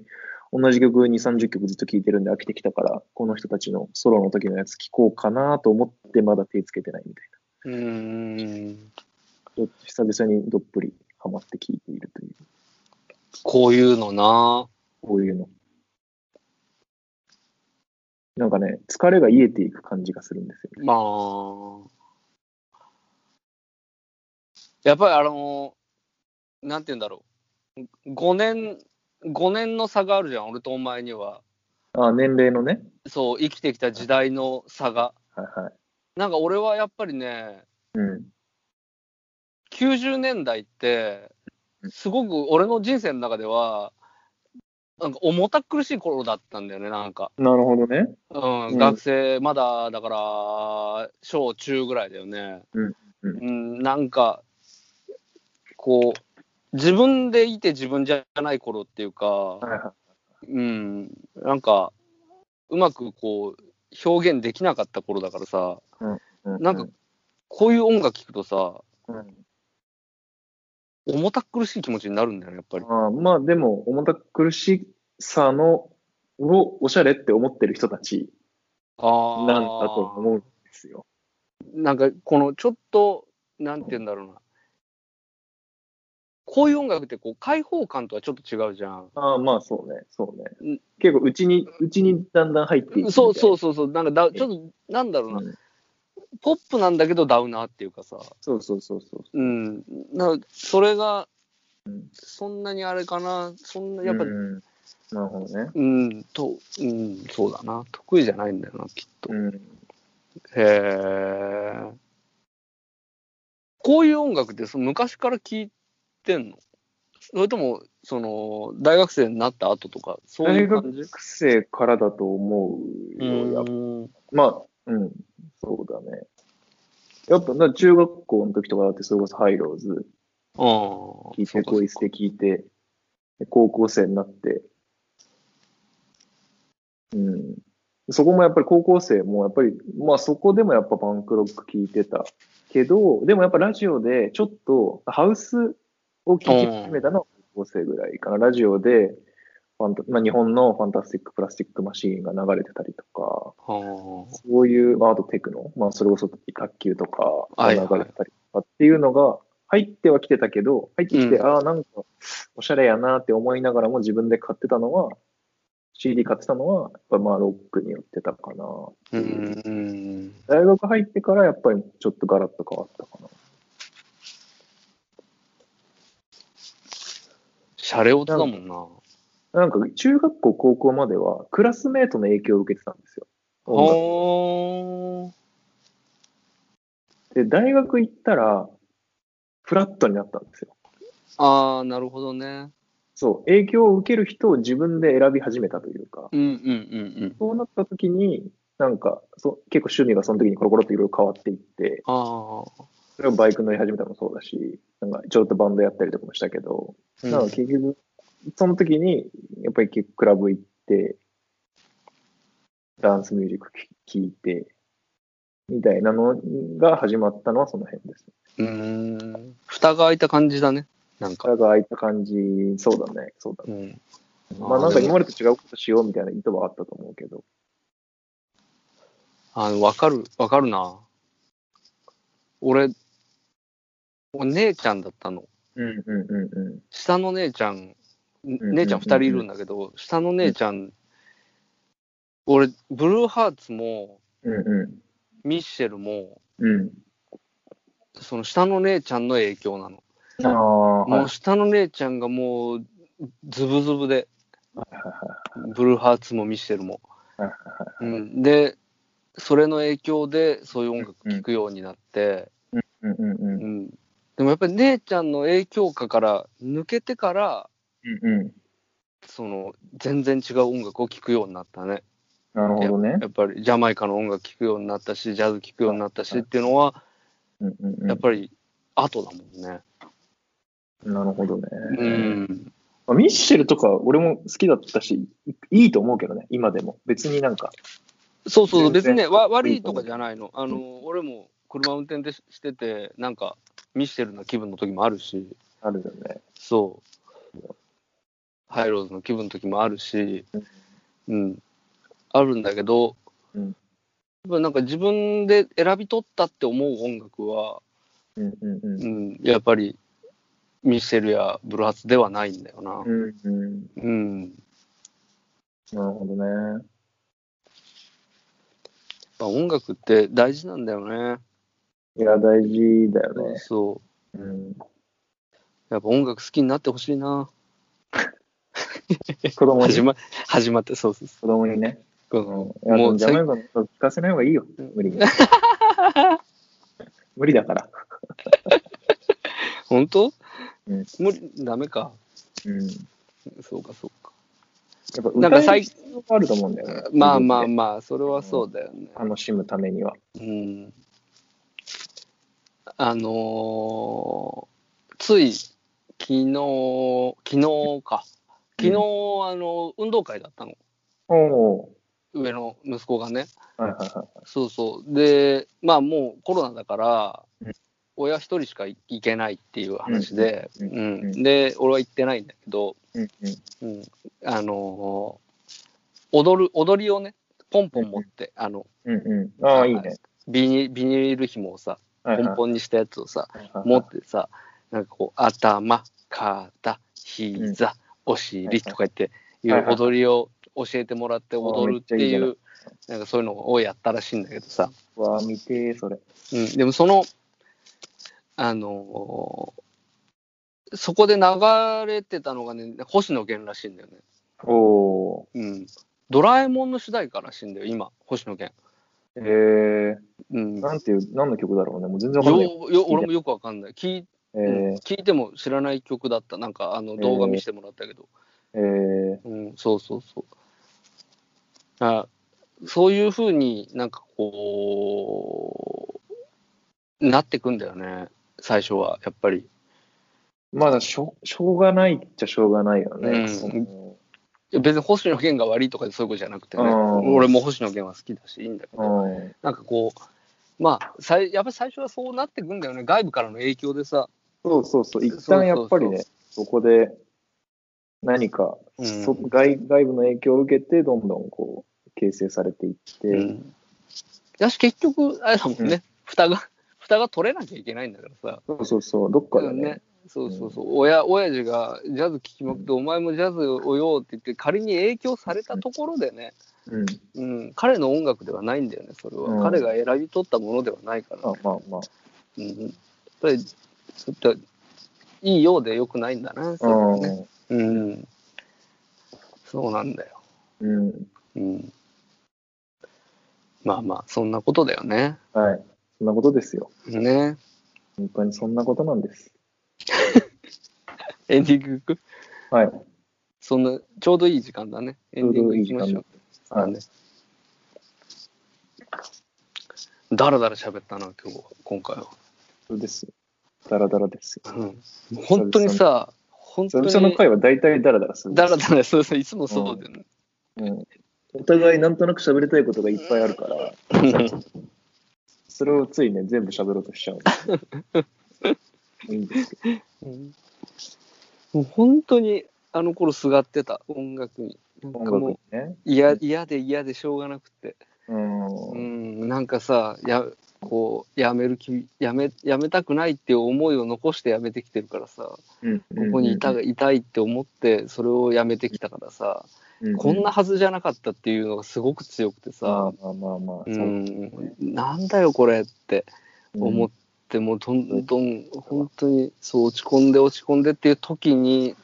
S3: 同じ曲2、30曲ずっと聴いてるんで飽きてきたから、この人たちのソロの時のやつ聴こうかなと思ってまだ手つけてないみたい
S1: うん。
S3: な。ちょっと久々にどっぷりハマって聴いているという、
S1: こういうのな。
S3: こういうの。なんかね、疲れが癒えていく感じがするんですよね。
S1: まあ、やっぱりあの、なんて言うんだろう、5年、5年の差があるじゃん、俺とお前には。
S3: ああ、年齢のね。
S1: そう、生きてきた時代の差が。
S3: はいはい。
S1: なんか俺はやっぱりね、
S3: うん。
S1: 90年代って、すごく俺の人生の中では、なんか重たっ苦しい頃だったんだよね、なんか。
S3: なるほどね。
S1: うん、
S3: うん
S1: 学生、まだだから、小中ぐらいだよね。
S3: うんうん
S1: うんなんか、こう、自分でいて自分じゃない頃っていうか、
S3: はいは
S1: うん、なんか、うまくこう、表現できなかった頃だからさ、
S3: い。う
S1: なんか、こういう音楽聴くとさ、
S3: うん
S1: 重たっ苦しい気持ちになるんだよね、やっぱり。
S3: ああまあでも、重た苦しさのをおしゃれって思ってる人たち
S1: あ
S3: なん
S1: あ。
S3: だと思うんですよ。
S1: なんかこのちょっとなんて言うんだろうなこういう音楽ってこう開放感とはちょっと違うじゃん。
S3: ああまあそうね、そう
S1: うん
S3: ね。結構、うちに、うちにだんだん入っていくみたいな。
S1: そうそううそうそうなんかだちょっとなんだろうな、
S3: ん
S1: ポップなんだけどダウナーっていうかさ
S3: そうそうそうそう。
S1: うんなんかそれが
S3: うん
S1: そんなにあれかなそんなやっぱ
S3: う
S1: うん、
S3: ん、なるほどね。
S1: とうんそうだな得意じゃないんだよなきっと。
S3: うん。
S1: へえこういう音楽ってその昔から聴いてんのそれともその大学生になった後とかそうい
S3: 大
S1: う感じ
S3: 学生からだと思う
S1: う
S3: よ、やっぱ
S1: ん
S3: まあ、うん、そうだね。やっぱ、な中学校の時とかだって、それこそハイローズ、
S1: あー
S3: 聞い
S1: そ
S3: て、
S1: うか
S3: ポイ捨て聞いて、で高校生になって、うん。そこもやっぱり高校生もやっぱり、まあそこでもやっぱパンクロック聞いてたけど、でもやっぱラジオでちょっとハウスを聞き始めたのは高校生ぐらいかな。ラジオでファンタ、まあ、日本のファンタスティック・プラスティック・マシーンが流れてたりとか、
S1: あー
S3: そういう、まあ、あとテクノ、まあ、それこそ卓球とか、
S1: はい
S3: 流
S1: はい
S3: れてたりとかっていうのが、入っては来てたけど、入ってきて、
S1: う
S3: ああ、なんか、おしゃれやなって思いながらも自分で買ってたのは、CD 買ってたのは、やっぱまあ、ロックによってたかな。
S1: うんうん
S3: 大学入ってから、やっぱりちょっとガラッと変わったかな。
S1: シャレオツだもんな
S3: なんか、中学校、高校までは、クラスメートの影響を受けてたんですよ。音楽
S1: ほー
S3: で、大学行ったら、フラットになったんですよ。
S1: ああ、なるほどね。
S3: そう、影響を受ける人を自分で選び始めたというか、
S1: うんうんうんうん。
S3: そうなった時に、なんかそう、結構趣味がその時にコロコロっていろいろ変わっていって、
S1: ああ。
S3: それをバイク乗り始めたのもそうだし、なんかちょっとバンドやったりとかもしたけど、
S1: うん
S3: なんか結局、その時に、やっぱり結構クラブ行って、ダンスミュージック聴いて、みたいなのが始まったのはその辺です。
S1: うーん。蓋が開いた感じだね。なんか。
S3: だが開いた感じ、そうだね、そうだね。
S1: うん。
S3: まあなんか今までと違うことしようみたいな意図はあったと思うけど、
S1: あの、わかる、わかるな。俺、お姉ちゃんだったの。
S3: うんうんうんうん。
S1: 下の姉ちゃん、
S3: うん
S1: 姉ちゃん二人いるんだけど、下の姉ちゃん、俺、ブルーハーツも、
S3: うんう
S1: ミッシェルも、
S3: ん。うん。
S1: その下の姉ちゃんの影響なの。
S3: ああ、はい
S1: もう下の姉ちゃんがもう、ズブズブで、
S3: はいは
S1: ブルーハーツもミッシェルも。
S3: はい
S1: うん、で、それの影響で、そういう音楽聴くようになって、
S3: い。うんうんうん。
S1: うんでもやっぱり姉ちゃんの影響下から抜けてから、
S3: うんうん。
S1: その全然違う音楽を聴くようになったね。
S3: なるほどね。
S1: やっぱりジャマイカの音楽聴くようになったし、ジャズ聴くようになったし
S3: はい
S1: っていうのは、
S3: うんうんうん
S1: やっぱり後だもんね。
S3: なるほどね。
S1: うん。
S3: まあ、ミッシェルとか俺も好きだったし、いいいと思うけどね、今でも。別になんか。
S1: そうそう、
S3: 全然
S1: 別にね、わ悪
S3: い
S1: い
S3: いと
S1: と
S3: 思う
S1: かじゃないの。あの、俺も車運転でしてて、なんかミッシェルな気分の時もあるし、
S3: あるよね。
S1: そう。ハイローズの気分の時もあるし、うん、あるんだけど、
S3: うん
S1: やっぱなんか自分で選び取ったって思う音楽は、
S3: うんうんう。
S1: うんん、やっぱりミッシェルやブルーハーツではないんだよな。
S3: うんうん。な
S1: うん。
S3: るほどね。
S1: やっぱ音楽って大事なんだよね。
S3: いや、大事だよ
S1: そう
S3: ね。
S1: そ
S3: うん、
S1: う。やっぱ音楽好きになってほしいな。
S3: 子供に
S1: 始。ま、始まって、そうそうそ
S3: 子供にね。
S1: う。
S3: うん、
S1: も
S3: いやもう
S1: う
S3: ジャ
S1: 最
S3: マイカの歌聞かせない方がいいよ。無
S1: <laughs>
S3: 理に。無理だから。
S1: 本当
S3: うん
S1: 無理、ダメか。
S3: うん。や
S1: そうか、そうか。
S3: っぱ
S1: なんか
S3: 歌える
S1: 最
S3: 必要があると思うんだよね。
S1: まあまあ
S3: 自分
S1: まあ、それはそうだよね。
S3: で楽しむためには。
S1: うん。あのーつい昨日、昨日か。昨日、あの、運動会だったの。
S3: おお
S1: 上の息子がね。
S3: ー。はいはいはい。
S1: そうそう。で、まあもうコロナだから
S3: うん、親
S1: 親一人しか行けないっていう話で、
S3: う
S1: うん
S3: うんうん
S1: ん。で、俺は行ってないんだけど、
S3: うんうん。
S1: うん。あのー踊る、踊りをね、ポンポン持って、あの、
S3: うんうん。ああ、いいね。
S1: ビニビニール紐をさ、
S3: はいはい
S1: ポンポンにしたやつをさ、
S3: はいはい
S1: 持ってさ、なんかこう、頭、肩、膝、お尻とか言って、い
S3: はいは
S1: う
S3: い
S1: 踊りを教えてもらって踊るって
S3: めっちゃいいじ
S1: い、
S3: ゃないう
S1: なんかそういうのをやったらしいんだけどさ、
S3: わあ、見てー、それ。
S1: うん、でもその、あのーそこで流れてたのがね、星野源らしいんだよね。
S3: おー。
S1: うん。ドラえもんの主題歌らしいんだよ、今、星野源。
S3: えー、
S1: うん。
S3: なんていう、何の曲だろうね。もう全然わかんない。
S1: よよ俺もよくわかんない。聞い
S3: え
S1: うん
S3: ー、
S1: 聞いても知らない曲だった。なんかあの動画見せてもらったけど。
S3: えー、
S1: うん、そうそうそう。あそういうふうになんかこう、なってくんだよね。最初は、やっぱり。
S3: まだしょしょうがないっちゃしょうがないよね。
S1: うん
S3: その
S1: いや別に星野源が悪いとかそういうことじゃなくてね。
S3: うん
S1: 俺も星野源は好きだし、いいんだけど。
S3: うん
S1: なんかこう、まあ、さいやっぱり最初はそうなってくんだよね。外部からの影響でさ。
S3: そうそうそう。一旦やっぱりね、そこで何か、
S1: うん
S3: そ外外部の影響を受けて、どんどんこう、形成されていって、
S1: うん。だし結局、あれだもんね。蓋が、蓋が取れなきゃいけないんだからさ。
S3: そうそうそう、どっかでね。
S1: そうそうそう、親親父がジャズ聴きまくって、お前もジャズをよって言って仮に影響されたところでね、
S3: うん。
S1: うん、彼の音楽ではないんだよねそれは、
S3: うん
S1: 彼が選び取ったものではないから、
S3: まあまあまあ。
S1: うん、やっぱりそういったいいようでよくないんだなそうれは
S3: ん
S1: ね、うん、そうなんだよ、
S3: うん。
S1: うん、まあまあそんなことだよね
S3: はい。そんなことですよ。
S1: ね
S3: 本当にそんなことなんです。
S1: エンディング行く
S3: はい。
S1: そんな、ちょうどいい時間だね。エンディング行きましょう。
S3: あ
S1: ね。だらだら喋ったな、今日は、今回は。
S3: そうです。ダラダラです。
S1: うん、本当にさ、本当
S3: 久
S1: に、
S3: 々の回は大体ダラダラするんで
S1: だ
S3: す。
S1: らだら、そうそう、いつもそうだよね。
S3: うん、お互いなんとなく喋りたいことがいっぱいあるから、それをついね、全部喋ろうとしちゃ
S1: <laughs>
S3: うんですね、いいんですけ
S1: うんもう本当にあの頃すがってた音楽になん
S3: ど、
S1: か
S3: 音楽
S1: も
S3: にね。
S1: う嫌嫌で嫌でしょうがなくて
S3: う。
S1: うんんなんかさやこうやめる気やめやめたくないっていう思いを残してやめてきてるからさここにいた,、
S3: うん
S1: いたいって思ってそれをやめてきたからさ、こんな。はずじゃなかったっていうのがすごく強くて
S3: ま
S1: さ
S3: あ、まあまあまあ、
S1: う、
S3: そうん
S1: なんだよこれって思って、もうどんどん本当にそう落ち込んで落ち込んでっていう時に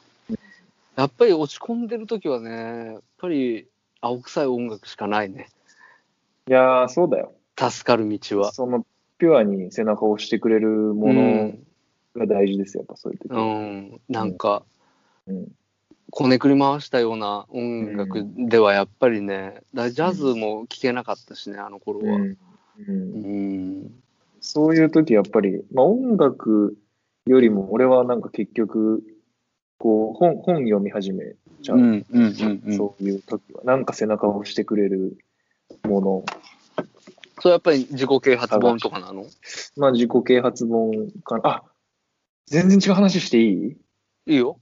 S1: やっぱり落ち込んでる時はねやっぱり青臭い音楽しかないね
S3: いやー、そうだよ。
S1: 助かる道は。
S3: そのピュアに背中を押してくれるものが大事ですよ、やっぱそういう時。
S1: うん、うんなんか
S3: うん
S1: こねくり回したような音楽ではやっぱりね、だジャズも聴けなかったしねあの頃は。
S3: うんうん
S1: うん
S3: そういう時やっぱり、まあ、音楽よりも俺はなんか結局こう本本読み始めちゃう、
S1: うんうんうんうん
S3: そういう時はなんか背中を押してくれるもの
S1: それやっぱり自己啓発本とかなの
S3: まあ自己啓発本かなあ全然違う話していい
S1: いいよ。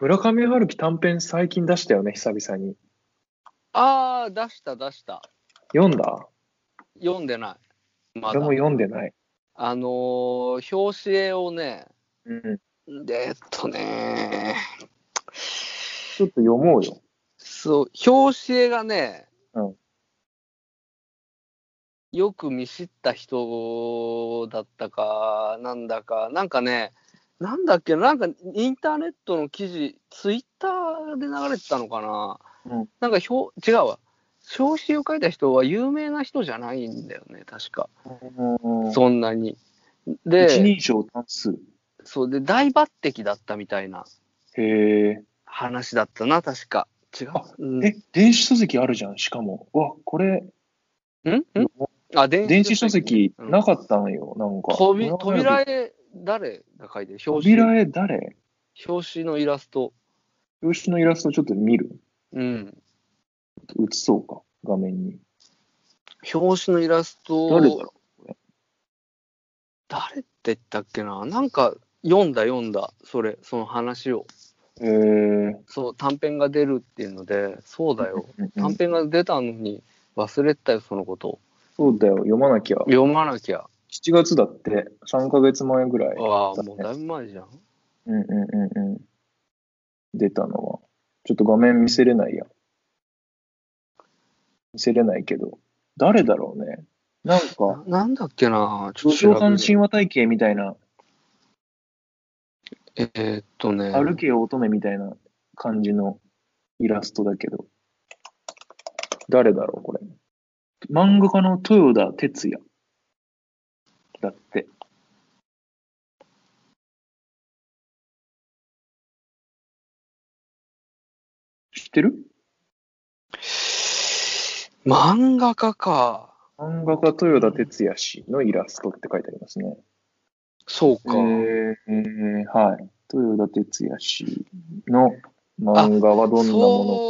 S3: 村上春樹短編最近出したよね久々に
S1: ああ出した出した
S3: 読んだ
S1: 読んでない。ま
S3: 俺
S1: だ
S3: も読んでない、
S1: あのー表紙絵をね、
S3: うん、
S1: でえっとね、
S3: ちょっと読もうよ
S1: そう、表紙絵がね、
S3: うん
S1: よく見知った人だったか、なんだか、なんかね、なんだっけ、なんかインターネットの記事、ツイッターで流れてたのかな、
S3: うん
S1: なんか表、違うわ、表紙を描いた人は有名な人じゃないんだよね、確か、そんなに。で、
S3: 一人称単数
S1: そうで大抜擢だったみたいな
S3: へえ
S1: 話だったな確か違う
S3: あ
S1: うん
S3: え電子書籍あるじゃんしかもうわこれ
S1: んんあ電
S3: 電子書籍
S1: うん
S3: なかったんよ、なんか。
S1: とび
S3: 俺が
S1: 扉絵誰が描いてる表紙
S3: 扉絵誰
S1: 表紙のイラスト
S3: 表紙のイラストちょっと見る
S1: うん
S3: 映そうか、画面に。
S1: 表紙のイラスト
S3: 誰だろ
S1: 誰って言ったっけななんか読んだ読んだそれその話を
S3: う。えー
S1: そう短編が出るっていうのでそうだよ
S3: うんう
S1: 短
S3: ん、
S1: 編が出たのに忘れてたよそのことを
S3: そうだよ、読まなきゃ。
S1: 読まなきゃ
S3: 7月だって、3ヶ月前ぐらい。
S1: ああもうだいぶ前じゃん
S3: うんうんうんうん。出たのは。ちょっと画面見せれないや。見せれないけど。誰だろうね。なんか、
S1: ななんだっけなちょっ
S3: 無
S1: と
S3: 償
S1: 調べる
S3: 版神話体系みたいな、
S1: えーっとね
S3: 歩けよ乙女みたいな感じのイラストだけど。誰だろう、これ。漫画家の豊田哲也。だって。知ってる
S1: 漫画家か
S3: 漫画家豊田哲也氏のイラストって書いてありますね。
S1: そう
S3: え
S1: か、
S3: ー、えーはい。豊田哲也氏の漫画はどんなも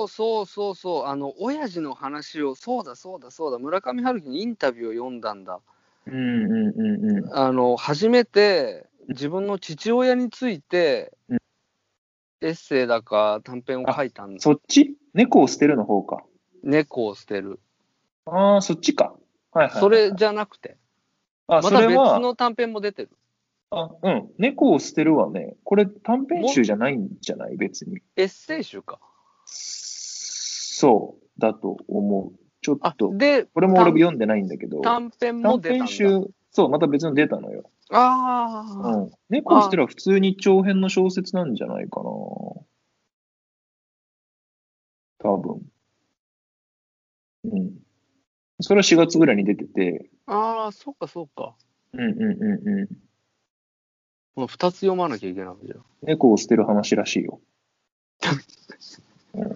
S3: の
S1: そうそうそうそうあの親父の話をそうだそうだそうだ村上春樹のインタビューを読んだんだ
S3: うんうんうんうん。
S1: あの初めて自分の父親について
S3: うん
S1: エッセイだか短編を書いたんだ
S3: そっち猫を捨てるの方か。
S1: 猫を捨てる
S3: ああ、そっちか。はいはい、はい。
S1: それじゃなくて
S3: あ、
S1: ま
S3: そ
S1: た
S3: れ
S1: 別
S3: は、
S1: の短編も出てる
S3: あうん。猫を捨てるはね、これ短編集じゃないんじゃない別に。
S1: エッセイ集か
S3: そう、だと思う。ちょっ
S1: あ
S3: と、
S1: で
S3: これも俺読んでないんだけど、
S1: 短編も出たんだ
S3: 短集、そう、また別に出たのよ。
S1: ああ、
S3: うん。猫を捨てるは普通に長編の小説なんじゃないかな。多分。うん。それは4月ぐらいに出てて、
S1: ああそうかそうか
S3: うんうんうんうん。
S1: もう2つ読まなきゃいけないじゃん。
S3: 猫を捨てる話らし
S1: <laughs>
S3: いよ。うん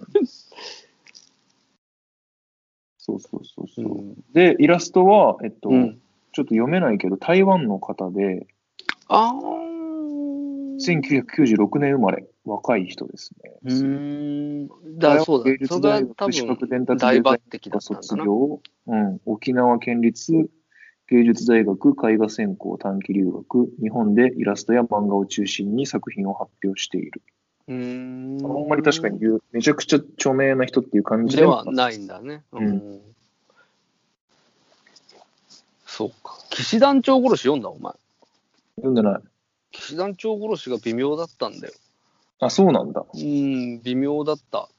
S3: そうそうそうそう、
S1: うん
S3: で、イラストは、えっと、
S1: うん
S3: ちょっと読めないけど、台湾の方で、
S1: あー。
S3: 1996年生まれ、若い人ですね。
S1: うーん。だそうだ
S3: 芸。術
S1: それ
S3: 大
S1: は
S3: 学
S1: 多
S3: 資格伝
S1: 分、
S3: 達
S1: 大
S3: デザイ
S1: 抜
S3: ン
S1: 擢だ
S3: 科
S1: った
S3: 卒
S1: んだな。
S3: 業、うん、沖縄県立芸術大学絵画専攻短期留学、日本でイラストや漫画を中心に作品を発表している。
S1: うー
S3: あ
S1: ん。
S3: んまり確かに言う、めちゃくちゃ著名な人っていう感じ
S1: で
S3: で
S1: は
S3: は
S1: ないんだね。
S3: うん
S1: うん。そうか。騎士団長殺し読んだ、お前。
S3: 読んでない。
S1: 騎士団長殺しが微妙だったんだよ。
S3: あ、そうなんだ。
S1: うーん、微妙だった。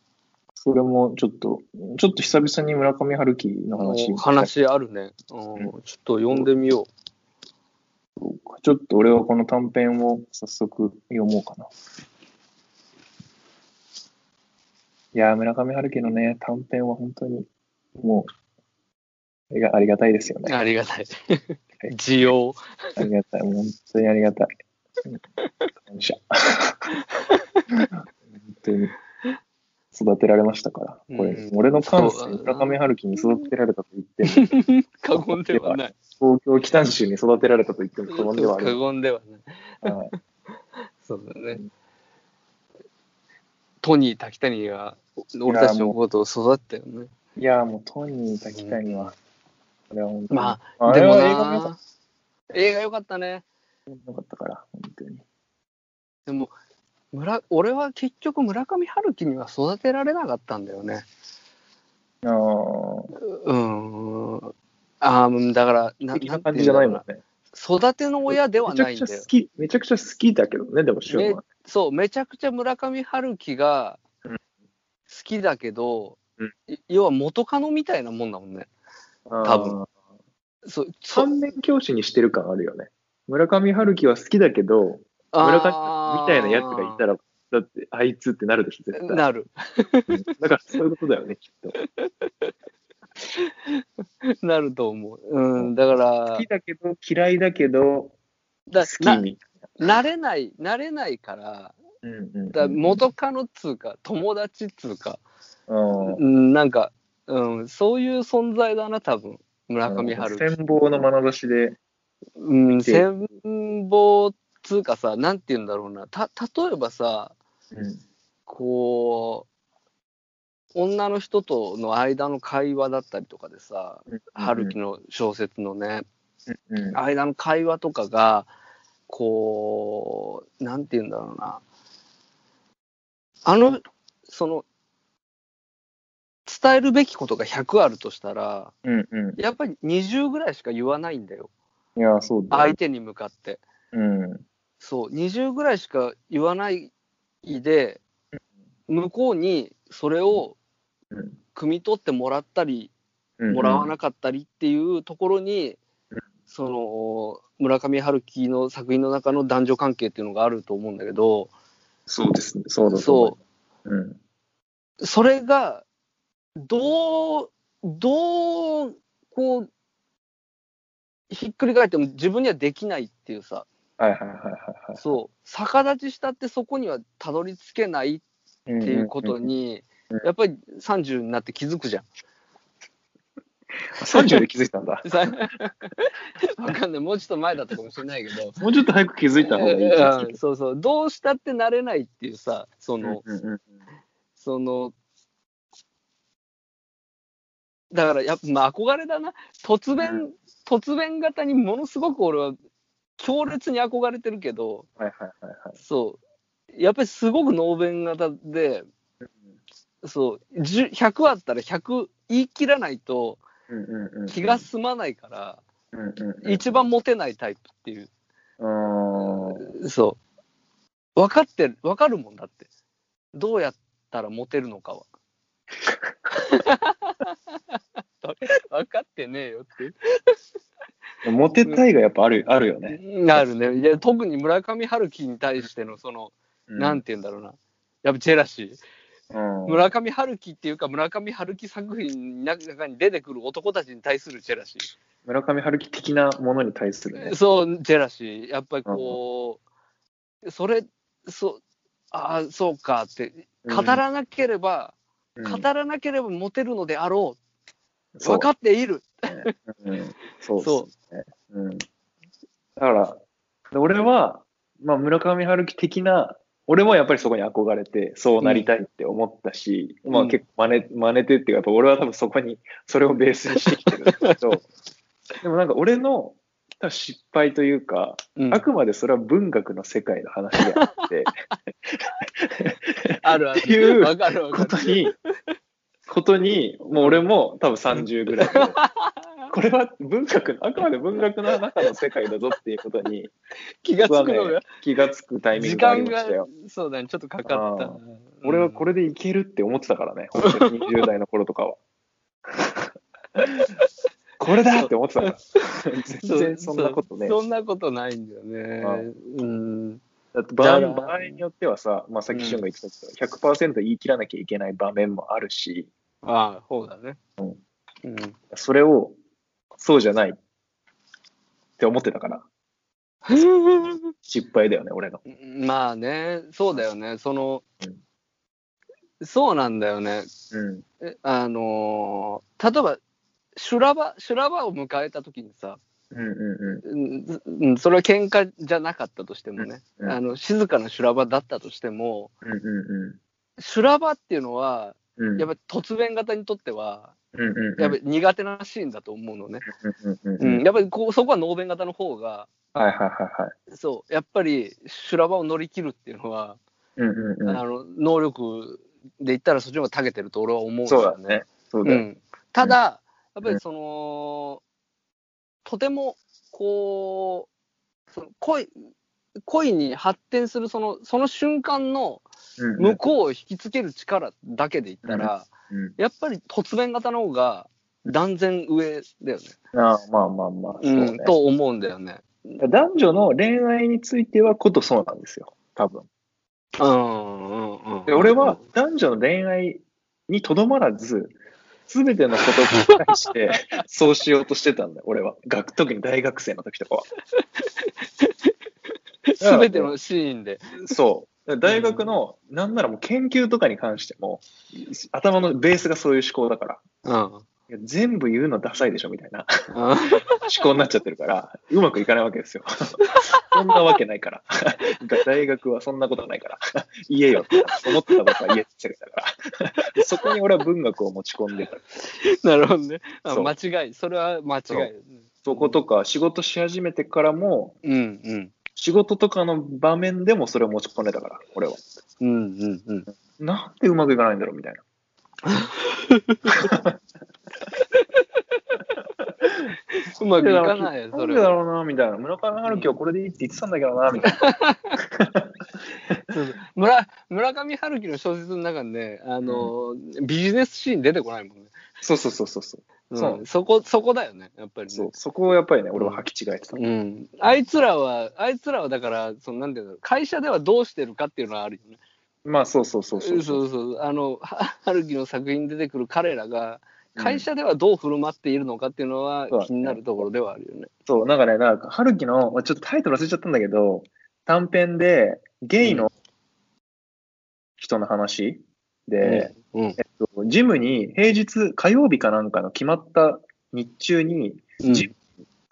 S3: それもちょっと、ちょっと久々に村上春樹の話。
S1: お話あるね。うんちょっと読んでみよ
S3: ちょっと俺はこの短編を早速読もうかな。いやー、村上春樹のね、短編は本当に、もう、ありがありがたいですよ
S1: う。
S3: ね。
S1: ありがたい。 <laughs> 需要。
S3: ありがたい。もう本当にありがたい。うん感謝。本当に。育てられましたから。これ、
S1: うん
S3: 俺の感性、
S1: そうだ
S3: 村
S1: な
S3: 上春樹に育てられたと言っても、
S1: 過言ではない。
S3: 東京北九州に育てられたと言っても過言ではあ
S1: <laughs> 過
S3: る。はい
S1: 言ではない。
S3: ま
S1: そうだね。トニー・滝谷が俺たちのことを育てたよね。
S3: いやーもうトニー、滝谷は、これは本当に。
S1: まあ、
S3: あ
S1: で
S3: れ
S1: も
S3: は
S1: な
S3: 映画も良かっ
S1: 映画良かったね。
S3: たよかったから、本当に。
S1: でも村俺は結局村上春樹には育てられなかったんだよね。
S3: あ
S1: うーん。あーだから、
S3: あ、
S1: な
S3: 的な
S1: て
S3: 感
S1: い
S3: じ
S1: うん
S3: じ
S1: だ
S3: ゃ
S1: ろ
S3: な
S1: う
S3: いもんね。
S1: 育ての親ではないん
S3: めちゃく
S1: だ
S3: ちゃ
S1: よ
S3: 好。き、めちゃくちゃ好きだけどね、でも、シュンは。
S1: そう、めちゃくちゃ村上春樹が
S3: うん
S1: 好きだけど、
S3: うん
S1: い要は元カノみたいなもんだもんね。多分
S3: あー。
S1: そう、そう
S3: 反面教師にしてる感あるよね。村上春樹は好きだけど、村上
S1: あー
S3: みたいなやつがいたら、だって、あいつってなるでしょ、絶対。
S1: なる。 <laughs>
S3: うんだから、そういうことだよね、きっと。
S1: なると思う。うん、だから
S3: 好き、だけど、嫌いだけど、
S1: だ
S3: 好きに。
S1: な慣れない、慣れないから、
S3: うんうんうん
S1: だ元カノっつうか、友達っつうか、
S3: うん
S1: うん、なんか、うん、そういう存在だな、多分村上春樹。
S3: 戦望の眼差しで、
S1: うん、戦望っつうかさ、なんて言うんだろうな、た例えばさ、こう、女の人との間の会話だったりとかでさ、春樹の小説のね、
S3: うん
S1: 間の会話とかがこうなんて言うんだろうなあのその伝えるべきことが100あるとしたら
S3: うんう
S1: やっぱり20ぐらいしか言わないんだよ
S3: ん。いや、そうだ
S1: 相
S3: よ。
S1: 手に向かって
S3: うん。
S1: そう20ぐらいしか言わないで向こうにそれを
S3: うん
S1: 汲み取ってもらったり
S3: うん
S1: もらわなかったりっていうところ
S3: う
S1: に、
S3: ん
S1: その村上春樹の作品の中の男女関係っていうのがあると思うんだけど
S3: そうですね。そうだ
S1: そ
S3: そう。うん。
S1: うそれがどうどうこうひっくり返っても自分にはできないっていうさ
S3: はいはいはいはい。は
S1: そう逆立ちしたってそこにはたどり着けないっ
S3: い。
S1: ていうこと
S3: んんん。
S1: に
S3: うんうん
S1: やっぱり30になって気づくじゃん。
S3: 30で気づいたん
S1: <laughs>
S3: だ。
S1: さわかんないもうちょっと前だったかもしれないけど
S3: もうちょっと早く気づいた方がいい気がす
S1: うん
S3: る。
S1: そうそうどうしたってなれないっていうさその、
S3: うんうんうん
S1: そのだからやっぱ、まあ、憧れだな突然、
S3: う
S1: 突然型にものすごく俺は強烈に憧れてるけど
S3: はいはいはいはい。
S1: そうやっぱりすごく能弁型でそう10 100あったら100言い切らないと
S3: うんうんうん。
S1: 気が済まないから、
S3: うんうんうん
S1: 一番モテないタイプっていう
S3: あー
S1: そう。分かってる、分かるもんだって。どうやったらモテるの <laughs> かは。分かってねえよっ
S3: モテたいがやっぱあるあるよね。
S1: て。なるね。いや、特に村上春樹に対しての、その、なん
S3: て。
S1: て言うんだろうな。やっぱジェラシー。
S3: うん
S1: 村上春樹っていうか、村上春樹作品の中に出てくる男たちに対するジェラシ
S3: 村上春樹的なものに対するね
S1: ー。。そう、ジェラシー。やっぱりこう、それ、そう、ああ、そうかって、語らなければ、
S3: うん
S1: 語らなければモテるのであろう。
S3: そう
S1: 分かっている。
S3: うんそう
S1: そ
S3: ですね。うん、だから、俺は、まあ、村上春樹的な、俺もやっぱりそこに憧れて、そうなりたいって思ったし、
S1: うん
S3: ま
S1: う
S3: あ
S1: ん
S3: 結構真似真似てっていうか、やっぱ俺は多分そこに、 <laughs> それをベースにしてきてるんだけ
S1: <laughs>
S3: ど、でもなんか俺の多分失敗というか、
S1: うん
S3: あくまでそれは文学の世界の話であって、
S1: あるある。
S3: っていう
S1: 分かる
S3: <laughs>
S1: 分
S3: こ
S1: か
S3: と
S1: る。
S3: に、ことに、もう俺も多分30ぐらい <laughs> で、これは文学の、あくまで文学の中の世界だぞっていうことに
S1: 気がつくの
S3: 僕は
S1: が
S3: ね、気がつくタイミン
S1: 時
S3: グがあり
S1: 間
S3: ま
S1: が
S3: したよ。、
S1: そうだね、ちょっとかかった
S3: あ。俺はこれでいけるって思ってたから <laughs> ね、本当に20代の頃とかは。 <laughs> これだって思ってたから。全然そんなことね。
S1: そんなことないんだよね。うん。
S3: だって場合
S1: じゃあ
S3: 場合によってはさ、まあ、さっき俊が言ってたけど、100%言い切らなきゃいけない場面もあるし、
S1: ああ、そうだね。
S3: うん
S1: うん。
S3: それをそうじゃないって思ってたから、失敗だよね、俺の。
S1: まあね、そうだよね、その
S3: うん、
S1: そうなんだよね、
S3: うん。
S1: えあのー例えば、修羅場、修羅場を迎えた時にさ、
S3: うんう
S1: うんうんそれは喧嘩じゃなかったとしてもね、
S3: うんうん
S1: あの静かな修羅場だったとしても、
S3: んうん。うんう
S1: 修羅場っていうのは、
S3: んうん。
S1: やっぱり突然型にとっては、
S3: うんうんうん。
S1: やっぱり苦手なシーンだと思うのね、
S3: うんう
S1: うん
S3: うん
S1: ん、やっぱりこうそこは能弁型の方が、
S3: はいはいはいはい。
S1: そう、やっぱり修羅場を乗り切るっていうのは、
S3: うんうんうん。
S1: あの能力で言ったらそっちの方が長けてると俺は思うんだ
S3: そう
S1: よ
S3: だね。そう
S1: う
S3: だよ。
S1: ん、ただ、やっぱりその、とてもこうその恋、恋に発展するそのその瞬間の
S3: うんうん
S1: 向こうを引きつける力だけで言ったら、
S3: うん
S1: やっぱり突然型の方が断然上だよね。
S3: ああまあまあまあ、そううんね。
S1: と思うんだよね。
S3: 男女の恋愛についてはことそうなんですよ、多分。
S1: うんうんうん、
S3: で俺
S1: <laughs>
S3: は、男女の恋愛にとどまらず、すべてのことに対して、そうしようとしてたんだよ、俺は。学特に大学生の時とかは。
S1: すべてのシーンで。
S3: そう。大学の、なんならもう研究とかに関しても、頭のベースがそういう思考だから。
S1: うん <laughs> うん
S3: いや全部言うのダサいでしょみたいな思考になっちゃってるから、うまくいかないわけですよ。 <laughs> そんなわけないから。 <laughs> 大学はそんなことないから。言えよって思ってたことは言えって言ってたから。 <laughs> そこに俺は文学を持ち込んでた。
S1: なるほどね。あ
S3: そう
S1: 間違い。それは間違い。
S3: そことか仕事し始めてからも、
S1: うんうん。
S3: 仕事とかの場面でもそれを持ち込んでたから、俺は。
S1: うんうんうん。
S3: なんでうまくいかないんだろうみたいな。
S1: うまくいかないよ、
S3: な
S1: そ
S3: んで
S1: れ
S3: だ
S1: は。
S3: ろうなみたいな。村上春樹はこれでいいって言ってたんだけどなみたいな。
S1: 村村上春樹の小説の中にね、あの、ビジネスシーン出てこないもんね。
S3: そうそうそうそうそう。
S1: う
S3: そ
S1: ん、そこ、そこだよね、やっぱり
S3: そう
S1: ね。
S3: そこをやっぱりね、俺は履き違えてた。
S1: うん、あいつらは、あいつらはだから、そのなんていうんだろう、会社ではどうしてるかっていうのはあるよね。
S3: まあそうそうそうそう
S1: そうそうあの、は春樹の作品に出てくる彼らが、会社ではどう振る舞っているのかっていうのは
S3: そうだね
S1: 気になるところではあるよね。
S3: そう、なんかね、なんか、春樹の、まあちょっとタイトル忘れちゃったんだけど、短編で、ゲイの人の話で、
S1: うんう
S3: え
S1: ん
S3: っと、ジムに平日、火曜日かなんかの決まった日中に
S1: うん
S3: ジ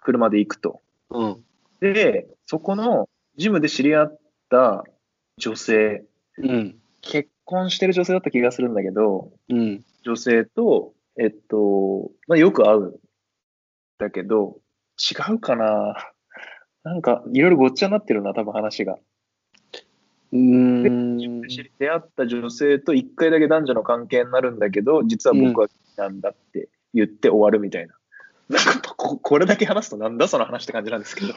S3: 車で行くと。
S1: うん
S3: で、そこのジムで知り合った女性、
S1: うん
S3: 結婚してる女性だった気がするんだけど、
S1: うん
S3: 女性と、えっと、まあ、よく会うんだけど、違うかな <laughs> なんか、いろいろごっちゃになってるな、多分話が。
S1: うん
S3: 知り出会った女性と一回だけ男女の関係になるんだけど、実は僕はなんだって言って終わるみたいな。なんかこ、これだけ話すとなんだその話って感じなんですけど。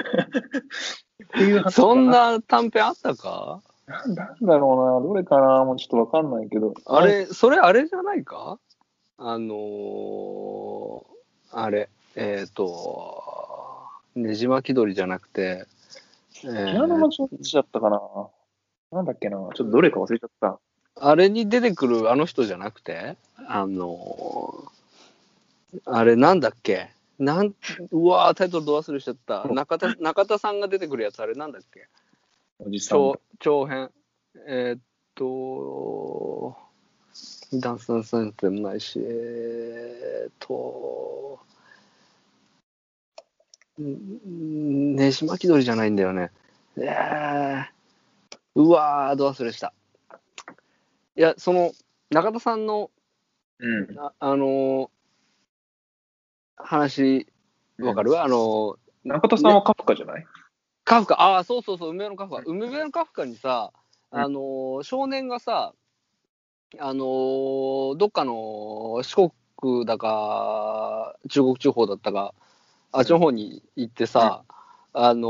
S3: っていう話か
S1: そんな短編あったか
S3: <laughs> なんなんだろうな、どれかな、もうちょっとわかんないけど。
S1: あれ、それあれじゃないかあのーあれ、えっ、と、ねじ巻き鳥じゃなくて、えー
S3: ピアノの調子だったかな。なんだっけな、ちょっとどれか忘れちゃった。
S1: あれに出てくるあの人じゃなくて、あのーあれなんだっけなんうわータイトルど忘れしちゃった中田中田さんが出てくるやつあれなんだっけ
S3: おじさん
S1: 長長編。えーっと、ダンスダンスダンスでもないし、えーっと、んんねじ巻き鳥じゃないんだよね。えー、うわー、ど忘れした。いや、その、中田さんの、
S3: うん。
S1: あ、あのー話、わかる、あのー
S3: 中田さんはカフカじゃない、
S1: カフカ、ああ、そうそうそう、梅のカフカ。
S3: う
S1: 梅のカフカにさ、
S3: うん
S1: あのー少年がさ、あのーどっかの四国だか、中国地方だったか、あっちの方に行ってさ、あの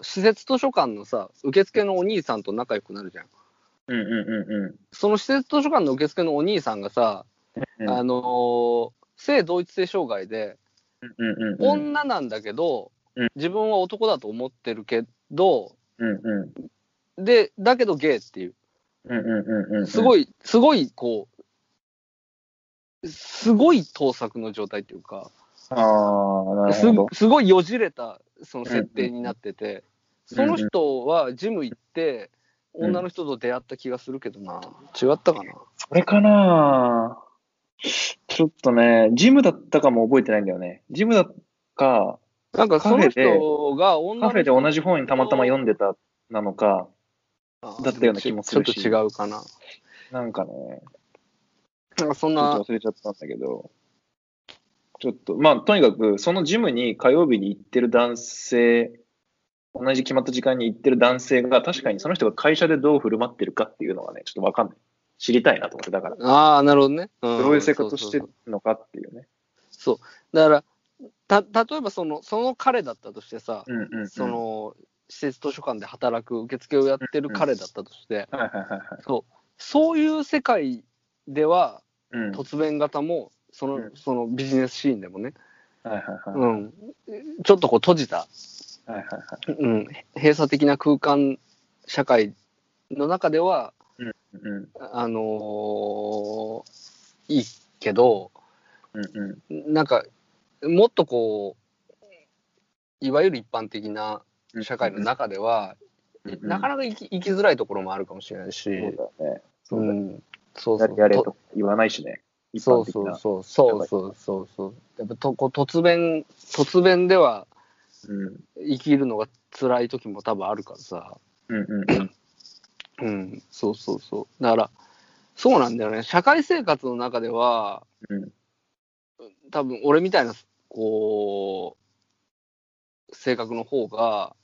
S1: ー施設図書館のさ、受付のお兄さんと仲良くなるじゃん。
S3: うんうんうんう
S1: その施設図書館の受付のお兄さんがさ、
S3: うん
S1: あのー性同一性障害で、
S3: ん。うんうんうん。
S1: 女なんだけど、
S3: うん
S1: 自分は男だと思ってるけど、
S3: うんうん
S1: で、だけどゲイっていう、
S3: うんうんうんうん。
S1: すご
S3: い。
S1: い、すごい、こう、すごい盗作の状態っていうか、
S3: ああ、なる
S1: す
S3: ほど。
S1: すごいよじれたその設定になってて、
S3: うん
S1: その人はジム行って、
S3: うん
S1: 女の人と出会った気がするけどな、違ったかな。
S3: それかなちょっとね、ジムだったかも覚えてないんだよね。ジムだか、
S1: なんかその
S3: カフェで
S1: 人が女
S3: カ
S1: の
S3: フェ
S1: 人
S3: で同じ本にたまたま読んでたなのか、だったような気もするし
S1: ちょっと違うかな。
S3: なんかね、
S1: なんかそん
S3: ちょっ
S1: な
S3: と、忘れちゃったんだけど、ちょっと、まあ、とにかく、そのジムに火曜日に行ってる男性、同じ決まった時間に行ってる男性が、確かにその人が会社でどう振る舞ってるかっていうのがね、ちょっとわかんない。知りたいなと思って、だから、
S1: ああ、なるほどね。うん
S3: どういう生活をして
S1: そうそうそう
S3: るのかっていうね。
S1: そう。だから、た例えばその、その彼だったとしてさ、
S3: うんうんうん。
S1: そ、の、施設図書館で働く受付をやってる彼だったとして、
S3: はいはいはいはい。
S1: そういう世界では、
S3: うん。はい
S1: 突然型も、その
S3: うん
S1: そのビジネスシーンでもね、
S3: はいはい。
S1: うん、ちょっとこう閉じた、
S3: はいはいはい。
S1: うん、閉鎖的な空間社会の中では、
S3: うん
S1: あのーいいけど、
S3: うんうん。
S1: なんか、もっとこう、いわゆる一般的な社会の中では、なか
S3: なか
S1: なか生き生きづらいところもあるかもしれないし、
S3: そうだね。
S1: う
S3: そうだね。
S1: ん、そう
S3: や
S1: そ
S3: れ
S1: う
S3: やれと言わないしね。一般
S1: そう
S3: 的
S1: そう
S3: な。
S1: そうそうそうそうそうやっぱとこう突弁突弁では
S3: うん
S1: 生きるのが辛い時も多分あるからさ
S3: うんうんうん。
S1: うんそうそうそうだからそうなんだよね社会生活の中では
S3: うん
S1: 多分俺みたいなこう性格の方が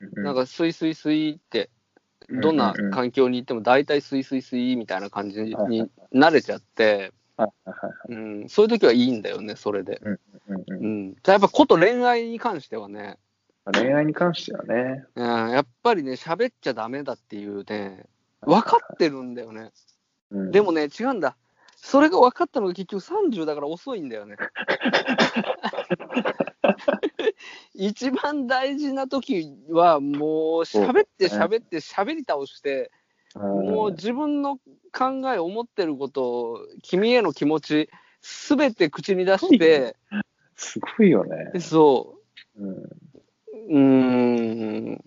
S3: う
S1: なんかスイスイスイってどんな
S3: うんうんうん
S1: 環境に行っても大体スイスイスイみたいな感じ
S3: はいはいは
S1: に慣れちゃって、
S3: はいはいはい
S1: うん、そういう時はいいんだよねそれで、
S3: うんうん
S1: うん、じゃあやっぱこと恋愛に関してはね、
S3: 恋愛に関してはね、
S1: うん、やっぱりね喋っちゃダメだっていうね分かってるんだよね
S3: うん
S1: でもね違うんだそれが分かったのが結局30だから遅いん
S3: <laughs>
S1: だよね一番大事な時はもう喋って喋って喋り倒してもう自分の考え、思ってること、君への気持ち、すべて口に出して、
S3: すごいよね。
S1: そ
S3: うん、
S1: う、うーん、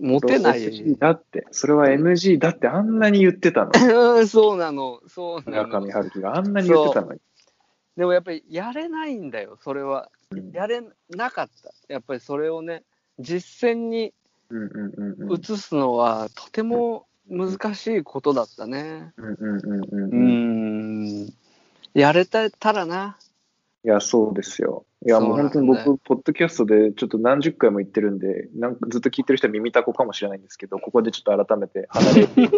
S1: モテない。
S3: NG だって、それは NG だってあんなに言ってたの。
S1: うん <laughs> そうなの、そうな
S3: 村上
S1: の。
S3: 春樹があんなに言ってたのに。
S1: でもやっぱりやれないんだよ、それは。
S3: うん
S1: やれなかった。やっぱりそれをね、実践に
S3: うんうんうんうん。
S1: 移すのは、とても難しいことだったね。
S3: うんうんうん
S1: うー
S3: うん。い
S1: ん、やれたらな。
S3: や、そうですよ。いや、もう本当に
S1: そう
S3: 僕、ポッドキャストでちょっと何十回も言ってるんで、なんかずっと聞いてる人は耳たこかもしれないんですけど、ここでちょっと改めて離 <laughs> れて、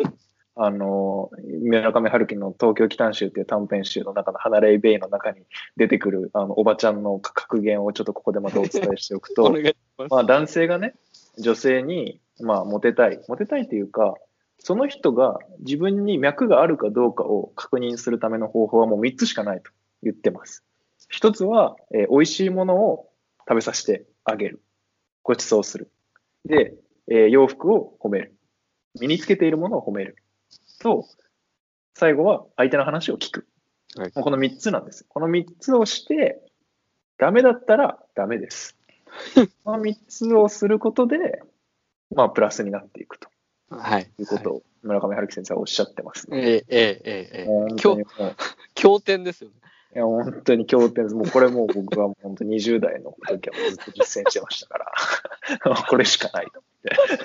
S3: あの、村上春樹の東京北端集っていう短編集の中の離れベイの中に出てくる、あの、おばちゃんの格言をちょっとこ <laughs> こでまたお伝えしておくと、
S1: お願いします。
S3: まあ、男性がね、女性に、まあ、モテたい。モテたいというか、その人が自分に脈があるかどうかを確認するための方法はもう3つしかないと言ってます。1つは、えー美味しいものを食べさせてあげる。ご馳走する。で、えー洋服を褒める。身につけているものを褒める。と、最後は相手の話を聞く。
S1: はい
S3: もうこの3つなんです。この3つをして、ダメだったらダメです。この3つをすることで、まあ、プラスになっていくと
S1: はい。
S3: いうことを、村上春樹先生はおっしゃってます、
S1: え
S3: ね。
S1: えええええええ。
S3: 本当にもう
S1: 経典ですよね。
S3: いや、本当に経典です。もうこれもう僕はもう本当20代の時はもうずっと実践してましたから、 <laughs> これしかないと思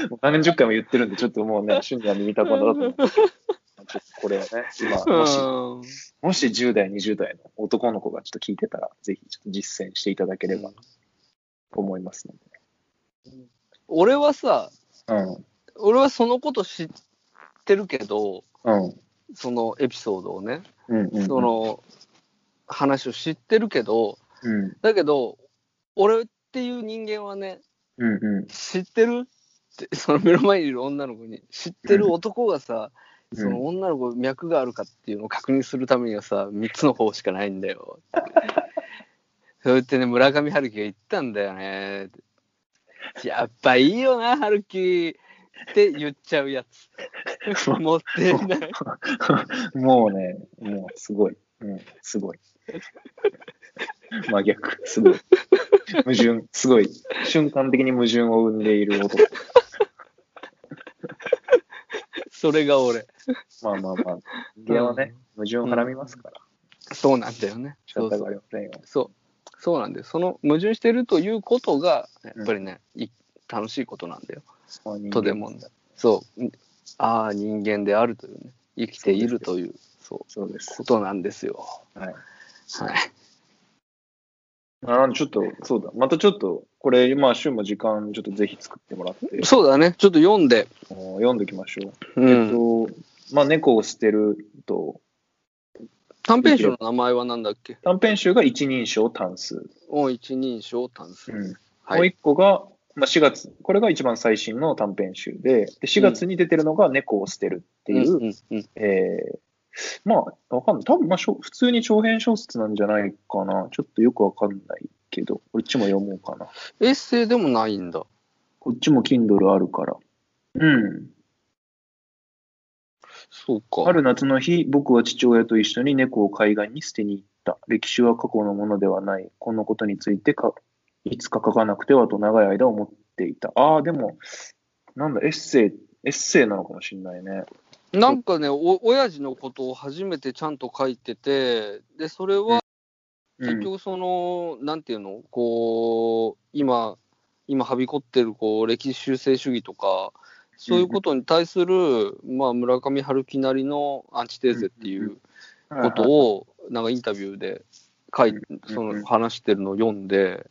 S3: って。もう何十回も言ってるんで、ちょっともうね、瞬間に見たことだと思う
S1: <laughs>
S3: んですけどちょっとこれをね、今、もし、
S1: うん
S3: もし10代、20代の男の子がちょっと聞いてたら、ぜひちょっと実践していただければと思いますの
S1: 俺はさ、
S3: で。
S1: 俺はそのこと知ってるけど、
S3: うん。うん。
S1: そのエピソードをね、
S3: うん、うん。
S1: その話を知ってるけど、
S3: うん。
S1: だけど、俺っていう人間はね、
S3: うん。うん。
S1: 知ってる <laughs> って、その目の前にいる女の子に、知ってる男がさ、
S3: うん
S1: その女の子脈があるかっていうのを確認するためにはさ、3つの方しかないん
S3: <laughs>
S1: だよ。そう言ってね、村上春樹が言ったんだよね。やっぱいいよな、春樹って言っちゃうやつ。持ってない。
S3: もうね、もうすごい。うん、すごい。真逆、すごい。矛盾、すごい。瞬間的に矛盾を生んでいる男。
S1: それが俺。
S3: まあまあまあ、人間はね、矛盾をはらみますから、
S1: そうなんだよね。
S3: 仕
S1: そう
S3: 方
S1: そう
S3: がありませんよ。
S1: そう。そうなんだよ。その矛盾してるということが、やっぱりね、い楽しいことなんだよ。
S3: まあ人間
S1: とでもんだ。そう。んああ、人間であるというね。生きているという、そう、
S3: そうです
S1: こ。となんですよ。
S3: はい。
S1: はい。
S3: あなんでちょっと、そうだ。またちょっと、これ、まあ、週も時間、ちょっとぜひ作ってもらって、
S1: そうだね。ちょっと読んで。
S3: もう読んでおきましょう。
S1: う
S3: えっ
S1: ん。
S3: と、まあ、猫を捨てると、
S1: 短編集の名前はなんだっけ
S3: 短編集が一人称単数。
S1: 音一人称単数。
S3: うん。も
S1: は
S3: う
S1: い。
S3: 一個が、まあ、4月、これが一番最新の短編集で、で4月に出てるのが猫を捨てるっていう、
S1: うんうんうん
S3: えーまあ、わかんない。多分まあ、しょ普通に長編小説なんじゃないかな。ちょっとよくわかんないけど、こっちも読もうかな。
S1: エッセイでもないんだ。
S3: こっちも Kindle あるから。うん。
S1: そうか。
S3: 春夏の日、僕は父親と一緒に猫を海岸に捨てに行った。歴史は過去のものではない。このことについてか、いつか書かなくてはと長い間思っていた。ああ、でも、なんだ、エッセイ、エッセイなのかもしれないね。
S1: なんかね、お親父のことを初めてちゃんと書いてて、で、それは
S3: う
S1: 結
S3: ん、
S1: 局その、なんていうのこう今今はびこってるこう歴史修正主義とかそういうことに対する、まあ、村上春樹なりのアンチテーゼっていうこと
S3: を、
S1: をなんかインタビューで書いそ
S3: うん
S1: の話してるのを読んで、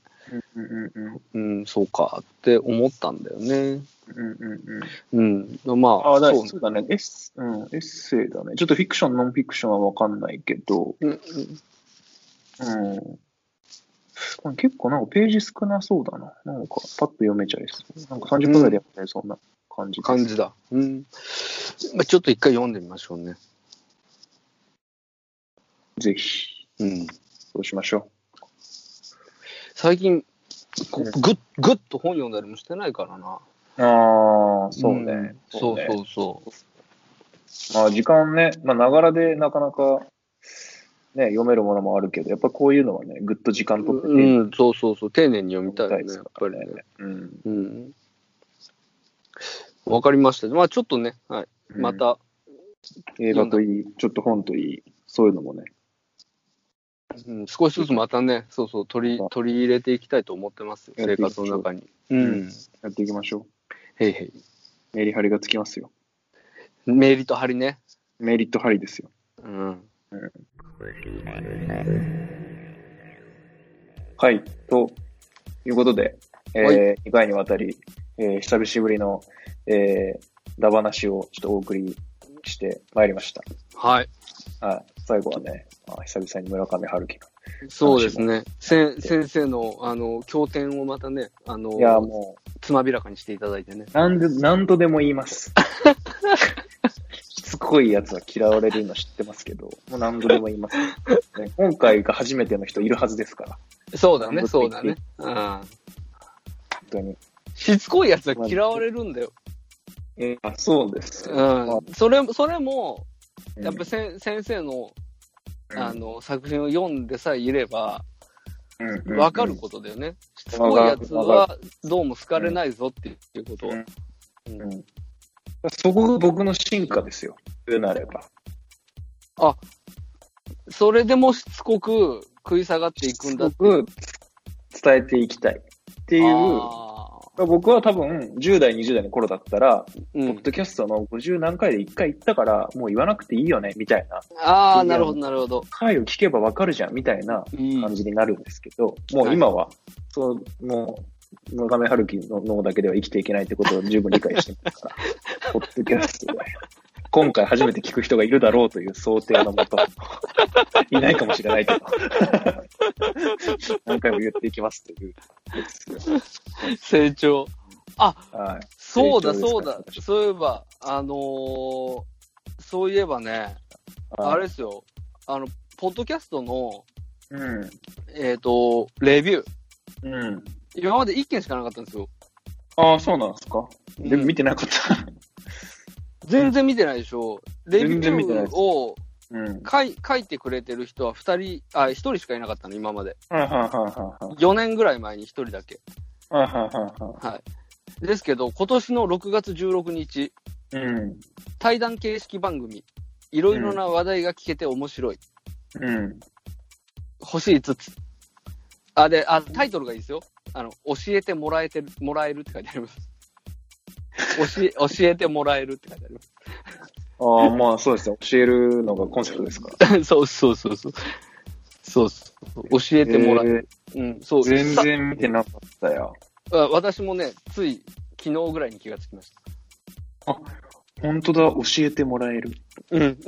S3: うんうんうん
S1: うん、そうかって思ったんだよね。
S3: うんうんうん、
S1: うん、ま
S3: ああ、
S1: あ
S3: だ
S1: そ
S3: そううだねエッセ、うん。エッセイだね。ちょっとフィクション、ノンフィクションはわかんないけど、
S1: うんうん
S3: うん、結構なんかページ少なそうだな。なんかパッと読めちゃいそう。なんか30分ぐらいでやったりそんな感じです
S1: 感じだ。うんまあ、ちょっと一回読んでみましょうね。
S3: ぜひ、
S1: うん
S3: そうしましょ
S1: 最近こ
S3: うん
S1: うぐっぐっと本読んだりもしてないからな。
S3: う。ああ、そうね。
S1: んそう
S3: ね
S1: そうそう。
S3: まあ時間ね、まあながらでなかなか、ね、読めるものもあるけど、やっぱこういうのはね、ぐっと時間取って
S1: う
S3: ね
S1: ん、そうそうそう。丁寧に読みたい
S3: 読み
S1: よ
S3: で
S1: ね、や
S3: す
S1: っ
S3: か
S1: ぱ
S3: ら
S1: りね。
S3: うん。
S1: うん。わかりました。まあちょっとね、はい。また、
S3: 映画といい、ちょっと本といい、そういうのもね。
S1: うん、少しずつまたね、そうそう、取り
S3: また
S1: 取り入れていきたいと思ってますよ、
S3: やって
S1: 生
S3: いきましょ
S1: 活
S3: う
S1: の中に。
S3: う
S1: う
S3: ん
S1: ん。
S3: やっていきましょ
S1: へいへい。
S3: う。メリハリがつきますよ。
S1: メリと張りね。
S3: メリットハリですよ。
S1: うん。
S3: はい。ということで、え
S1: はい
S3: ー、2回にわたり、えー、久しぶりの、えー、ダバなしをちょっとお送りしてまいりました。
S1: はい。
S3: はい。最後はね、まあ、久々に村上春樹が。
S1: そうですね。せん先生の、あの、経典をまたね、あの
S3: い、や、も
S1: つまびらかにしていただいてね。
S3: う、なんで、なんとでも言います。しつこいやつは嫌われるの知ってますけど、もう何度でも言い <laughs> ます、ね。今回が初めての人いるはずですから、
S1: そうだね、
S3: そ
S1: そうう
S3: だ
S1: だ
S3: ね
S1: ね。うん。
S3: 本当に。
S1: しつこいやつは嫌われるんだよ。
S3: えー、あそうです。
S1: うん。それ、それも、
S3: うん
S1: やっぱせん先生の、
S3: うん
S1: あの、作品を読んでさえいれば、
S3: うん
S1: わかることだよね。しすごいやつ
S3: わ
S1: はどうも好かれないぞっていうことは。うん
S3: うんそこが僕の進化ですよ。でなれば。
S1: それでもしつこく食い下がっていくんだっ
S3: す
S1: ていう。
S3: ごく伝えていきたいっていう、
S1: あ
S3: 僕は多分10代、20代の頃だったら、
S1: ーう
S3: ポ
S1: ん
S3: ッドキャストの50何回で1回言ったから、もう言わなくていいよね、みたいな。
S1: あー、なるほど、なるほど。
S3: 回を聞けばわかるじゃん、みたいな
S1: うん
S3: 感じになるんですけど、もう今は、そう、もう、野上春樹の脳だけでは生きていけないってことを十分理解してますから、ポッドキャストで、今回初めて聞く人がいるだろうという想定のもと、いないかもしれないけど、何回も言っていきますというですよ。
S1: 成長。
S3: はい。
S1: そう
S3: 成長で
S1: だ、
S3: す
S1: そ
S3: か
S1: う
S3: ら
S1: だ。そういえば、あのーそういえばね、あれですよ。あの、ポッドキャストの、
S3: うん。
S1: えっ、と、レビュー。
S3: うん。
S1: 今まで1件しかなかったんですよ。
S3: ああ、そうなんですか、で
S1: うん
S3: 見てなかった。
S1: 全然見てないでしょ。レビュ
S3: 全然見てないで
S1: ー
S3: す
S1: を
S3: うん。
S1: 書い書いてくれてる人は2人、あ、1人しかいなかったの、今まで。
S3: はいはいはいはい
S1: 4年ぐらい前に1人だけ。
S3: はい。はいはいはいは
S1: はい。ですけど、今年の6月16日、
S3: い。うん。
S1: 対談形式番組、いろいろな話題が聞けて面白い。
S3: うん。
S1: 欲しい5つ。あ、で、あ、タイトルがいいですよ。あの、教えてもらえてる、もらえるって書いてあります。 <laughs> 教え、教えてもらえるって書いてありま
S3: ああ、まあそうですね。教えるのがコンセプトですから。
S1: す。 <laughs> そうそうそうそう。そうそう。教えてもらえる。うん、そう。
S3: 全
S1: さ
S3: 然見てなかったよ。
S1: あ私もね、つい昨日ぐらいに気がつきました。
S3: 本当だ、教えてもらえる。
S1: うん。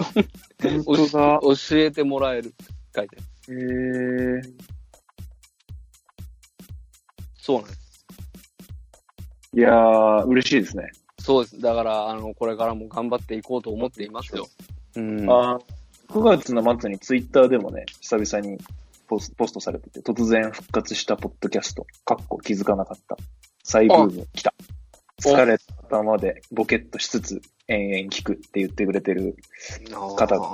S3: 本
S1: 教
S3: 当だ。
S1: えてもらえるって書いてある。
S3: へえ。
S1: そうなんです。
S3: いやー、嬉しいですね。
S1: そうです。だから、あの、これからも頑張っていこうと思っていますよ。うん。
S3: あー9月の末にツイッターでもね、久々にポスポストされてて、突然復活したポッドキャスト、かっこ気づかなかった。再ブーム来た。
S1: お
S3: 疲れた頭でボケっとしつつ、延々聞くって言ってくれてる方が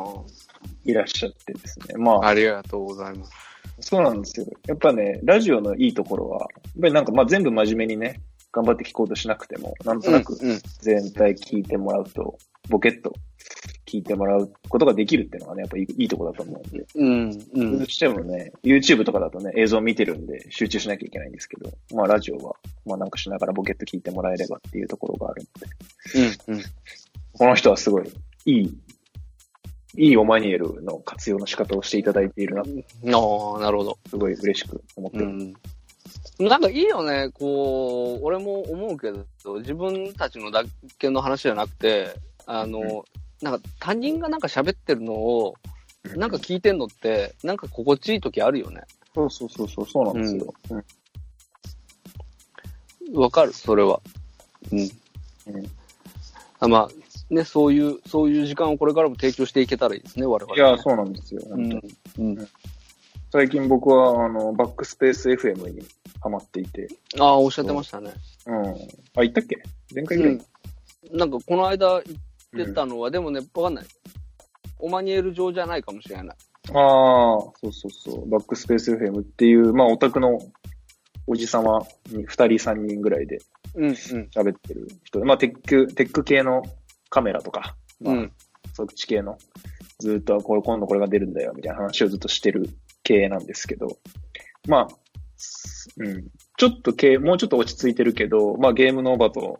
S3: いらっしゃってですね。まあ、
S1: ありがとうございます。
S3: そうなんですよ。やっぱね、ラジオのいいところは、やっぱりなんかまあ全部真面目にね、頑張って聞こうとしなくても、なんとなく
S1: うんうん
S3: 全体聞いてもらうと、ボケっと聞いてもらうことができるっていうのがね、やっぱいいいいところだと思うんで。
S1: うん、うん
S3: どう。してもね、YouTube とかだとね、映像見てるんで集中しなきゃいけないんですけど、まあラジオは、まあなんかしながらボケっと聞いてもらえればっていうところがあるので、
S1: うん、うん。
S3: この人はすごいいい、いいオマニエルの活用の仕方をしていただいているな、
S1: ああ、なるほど。
S3: すごい嬉しく思って
S1: う
S3: る。
S1: ん。なんかいいよね、こう、俺も思うけど、自分たちのだけの話じゃなくて、あの、なんか他人がなんか喋ってるのを、なんか聞いてんのって、なんか心地いい時あるよね。
S3: そうそうそうそう、そうなんですよ。うん
S1: わかる、それは。うん。
S3: うん
S1: あまあ、ね、そういう、そういう時間をこれからも提供していけたらいいですね、我々。
S3: いや、そうなんですよ、
S1: う
S3: 本当
S1: ん
S3: に。。
S1: うん、
S3: 最近僕は、あの、バックスペース FM にハマっていて、
S1: ああ、おっしゃってましたね。
S3: うん。あ、行ったっけ前回ぐらい、
S1: うん、なんかこの間
S3: うん
S1: 言ってたのは、でもね、わかんない。オマニエル上じゃないかもしれない。
S3: ああ、そうそうそう。バックスペース FM っていう、まあ、オタクのおじさまに2人3人ぐらいで
S1: うん、うん。
S3: 喋ってる人で、まあ、テック、テック系のカメラとか、まあ、
S1: うん
S3: そっち系の、ずーっとこれ、今度これが出るんだよ、みたいな話をずっとしてる系なんですけど、まあ、すうん、ちょっと系、もうちょっと落ち着いてるけど、まあゲームのオーバート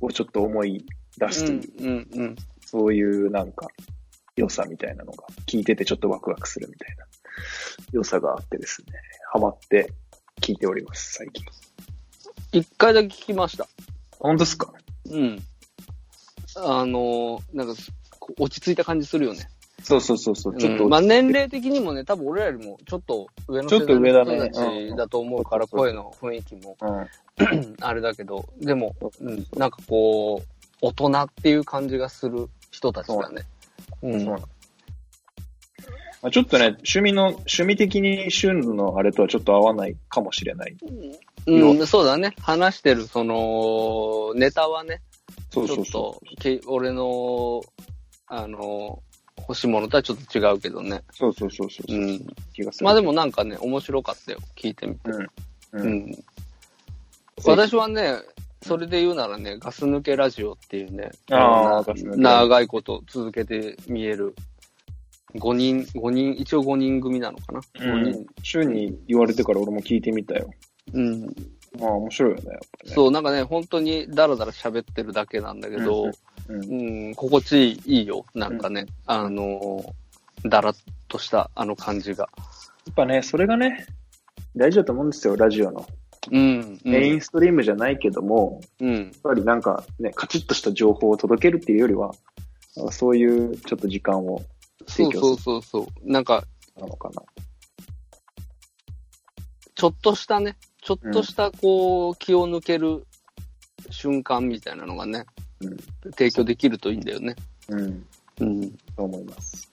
S3: をちょっと思い出すという、
S1: うん、うん。
S3: そういうなんか、良さみたいなのが、聞いててちょっとワクワクするみたいな、良さがあってですね、ハマって聞いております、最近。
S1: 一回だけ聞きました。
S3: 本当ですか
S1: うん。あのー、なんか、こう落ち着いた感じするよね。
S3: そうそうそうそう、
S1: ち
S3: ち
S1: ょ
S3: ょ
S1: っ
S3: っ
S1: と、
S3: と、
S1: まあ年齢的にもね、多分俺らよりもちょっと上の
S3: ちょっと上だね
S1: 世代の人たちだと思うから、
S3: うん
S1: 声の雰囲気も
S3: うん、
S1: あれだけど、でも、うん、なんかこう、大人っていう感じがする人たちだね。
S3: そう
S1: う。
S3: なんのまあ、ちょっとね、趣味の、趣味的に旬のあれとはちょっと合わないかもしれない。
S1: うん、そうだね。話してる、その、ネタはね、
S3: そうそう
S1: ちょ
S3: そ
S1: っとけ、俺の、あの、欲しいものとはちょっと違うけどね。
S3: う。そうそうそうそうう。
S1: ん。
S3: 気がする。
S1: まあで
S3: も、
S1: もなんかね、面白かったよ。聞いてみて。
S3: うん。う。
S1: うんん。私はね、それで言うならね、ガス抜けラジオっていうね、
S3: あー
S1: の
S3: ガス抜け
S1: 長いこと続けて見える、5人、5人、一応5人組なのかな。
S3: う
S1: 5
S3: ん
S1: 人。、
S3: 週に言われてから俺も聞いてみたよ。
S1: うん。
S3: まあ面白いよね、やっぱね。
S1: そう、なんかね、本当にダラダラ喋ってるだけなんだけど、
S3: う。ん、
S1: うん、心地いいよ、なんかね、あのー、だらっとしたあの感じが。
S3: やっぱね、それがね、大事だと思うんですよ、ラジオの。
S1: うん、う
S3: メイン
S1: ん、
S3: ストリームじゃないけども、
S1: うん、
S3: やっぱりなんかね、カチッとした情報を届けるっていうよりは、なんかそういうちょっと時間を
S1: そ
S3: 提
S1: うそ
S3: 供
S1: う
S3: す
S1: そうそう、なんか、
S3: るのかな。
S1: ちょっとしたね、ちょっとしたこう、気を抜ける瞬間みたいなのがね、
S3: うん
S1: 提供できるといいんだよね。
S3: うん、
S1: うん、
S3: と思います。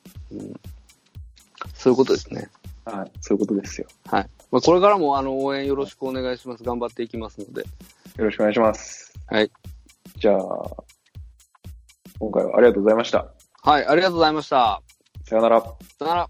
S1: そういうことですね。
S3: はい、そういうことですよ。
S1: はい。まあ、これからもあの応援よろしくお願いします。頑張っていきますので。
S3: よろしくお願いします。
S1: はい。
S3: じゃあ、今回はありがとうございました。
S1: はい、ありがとうございました。
S3: さよなら。
S1: さよなら。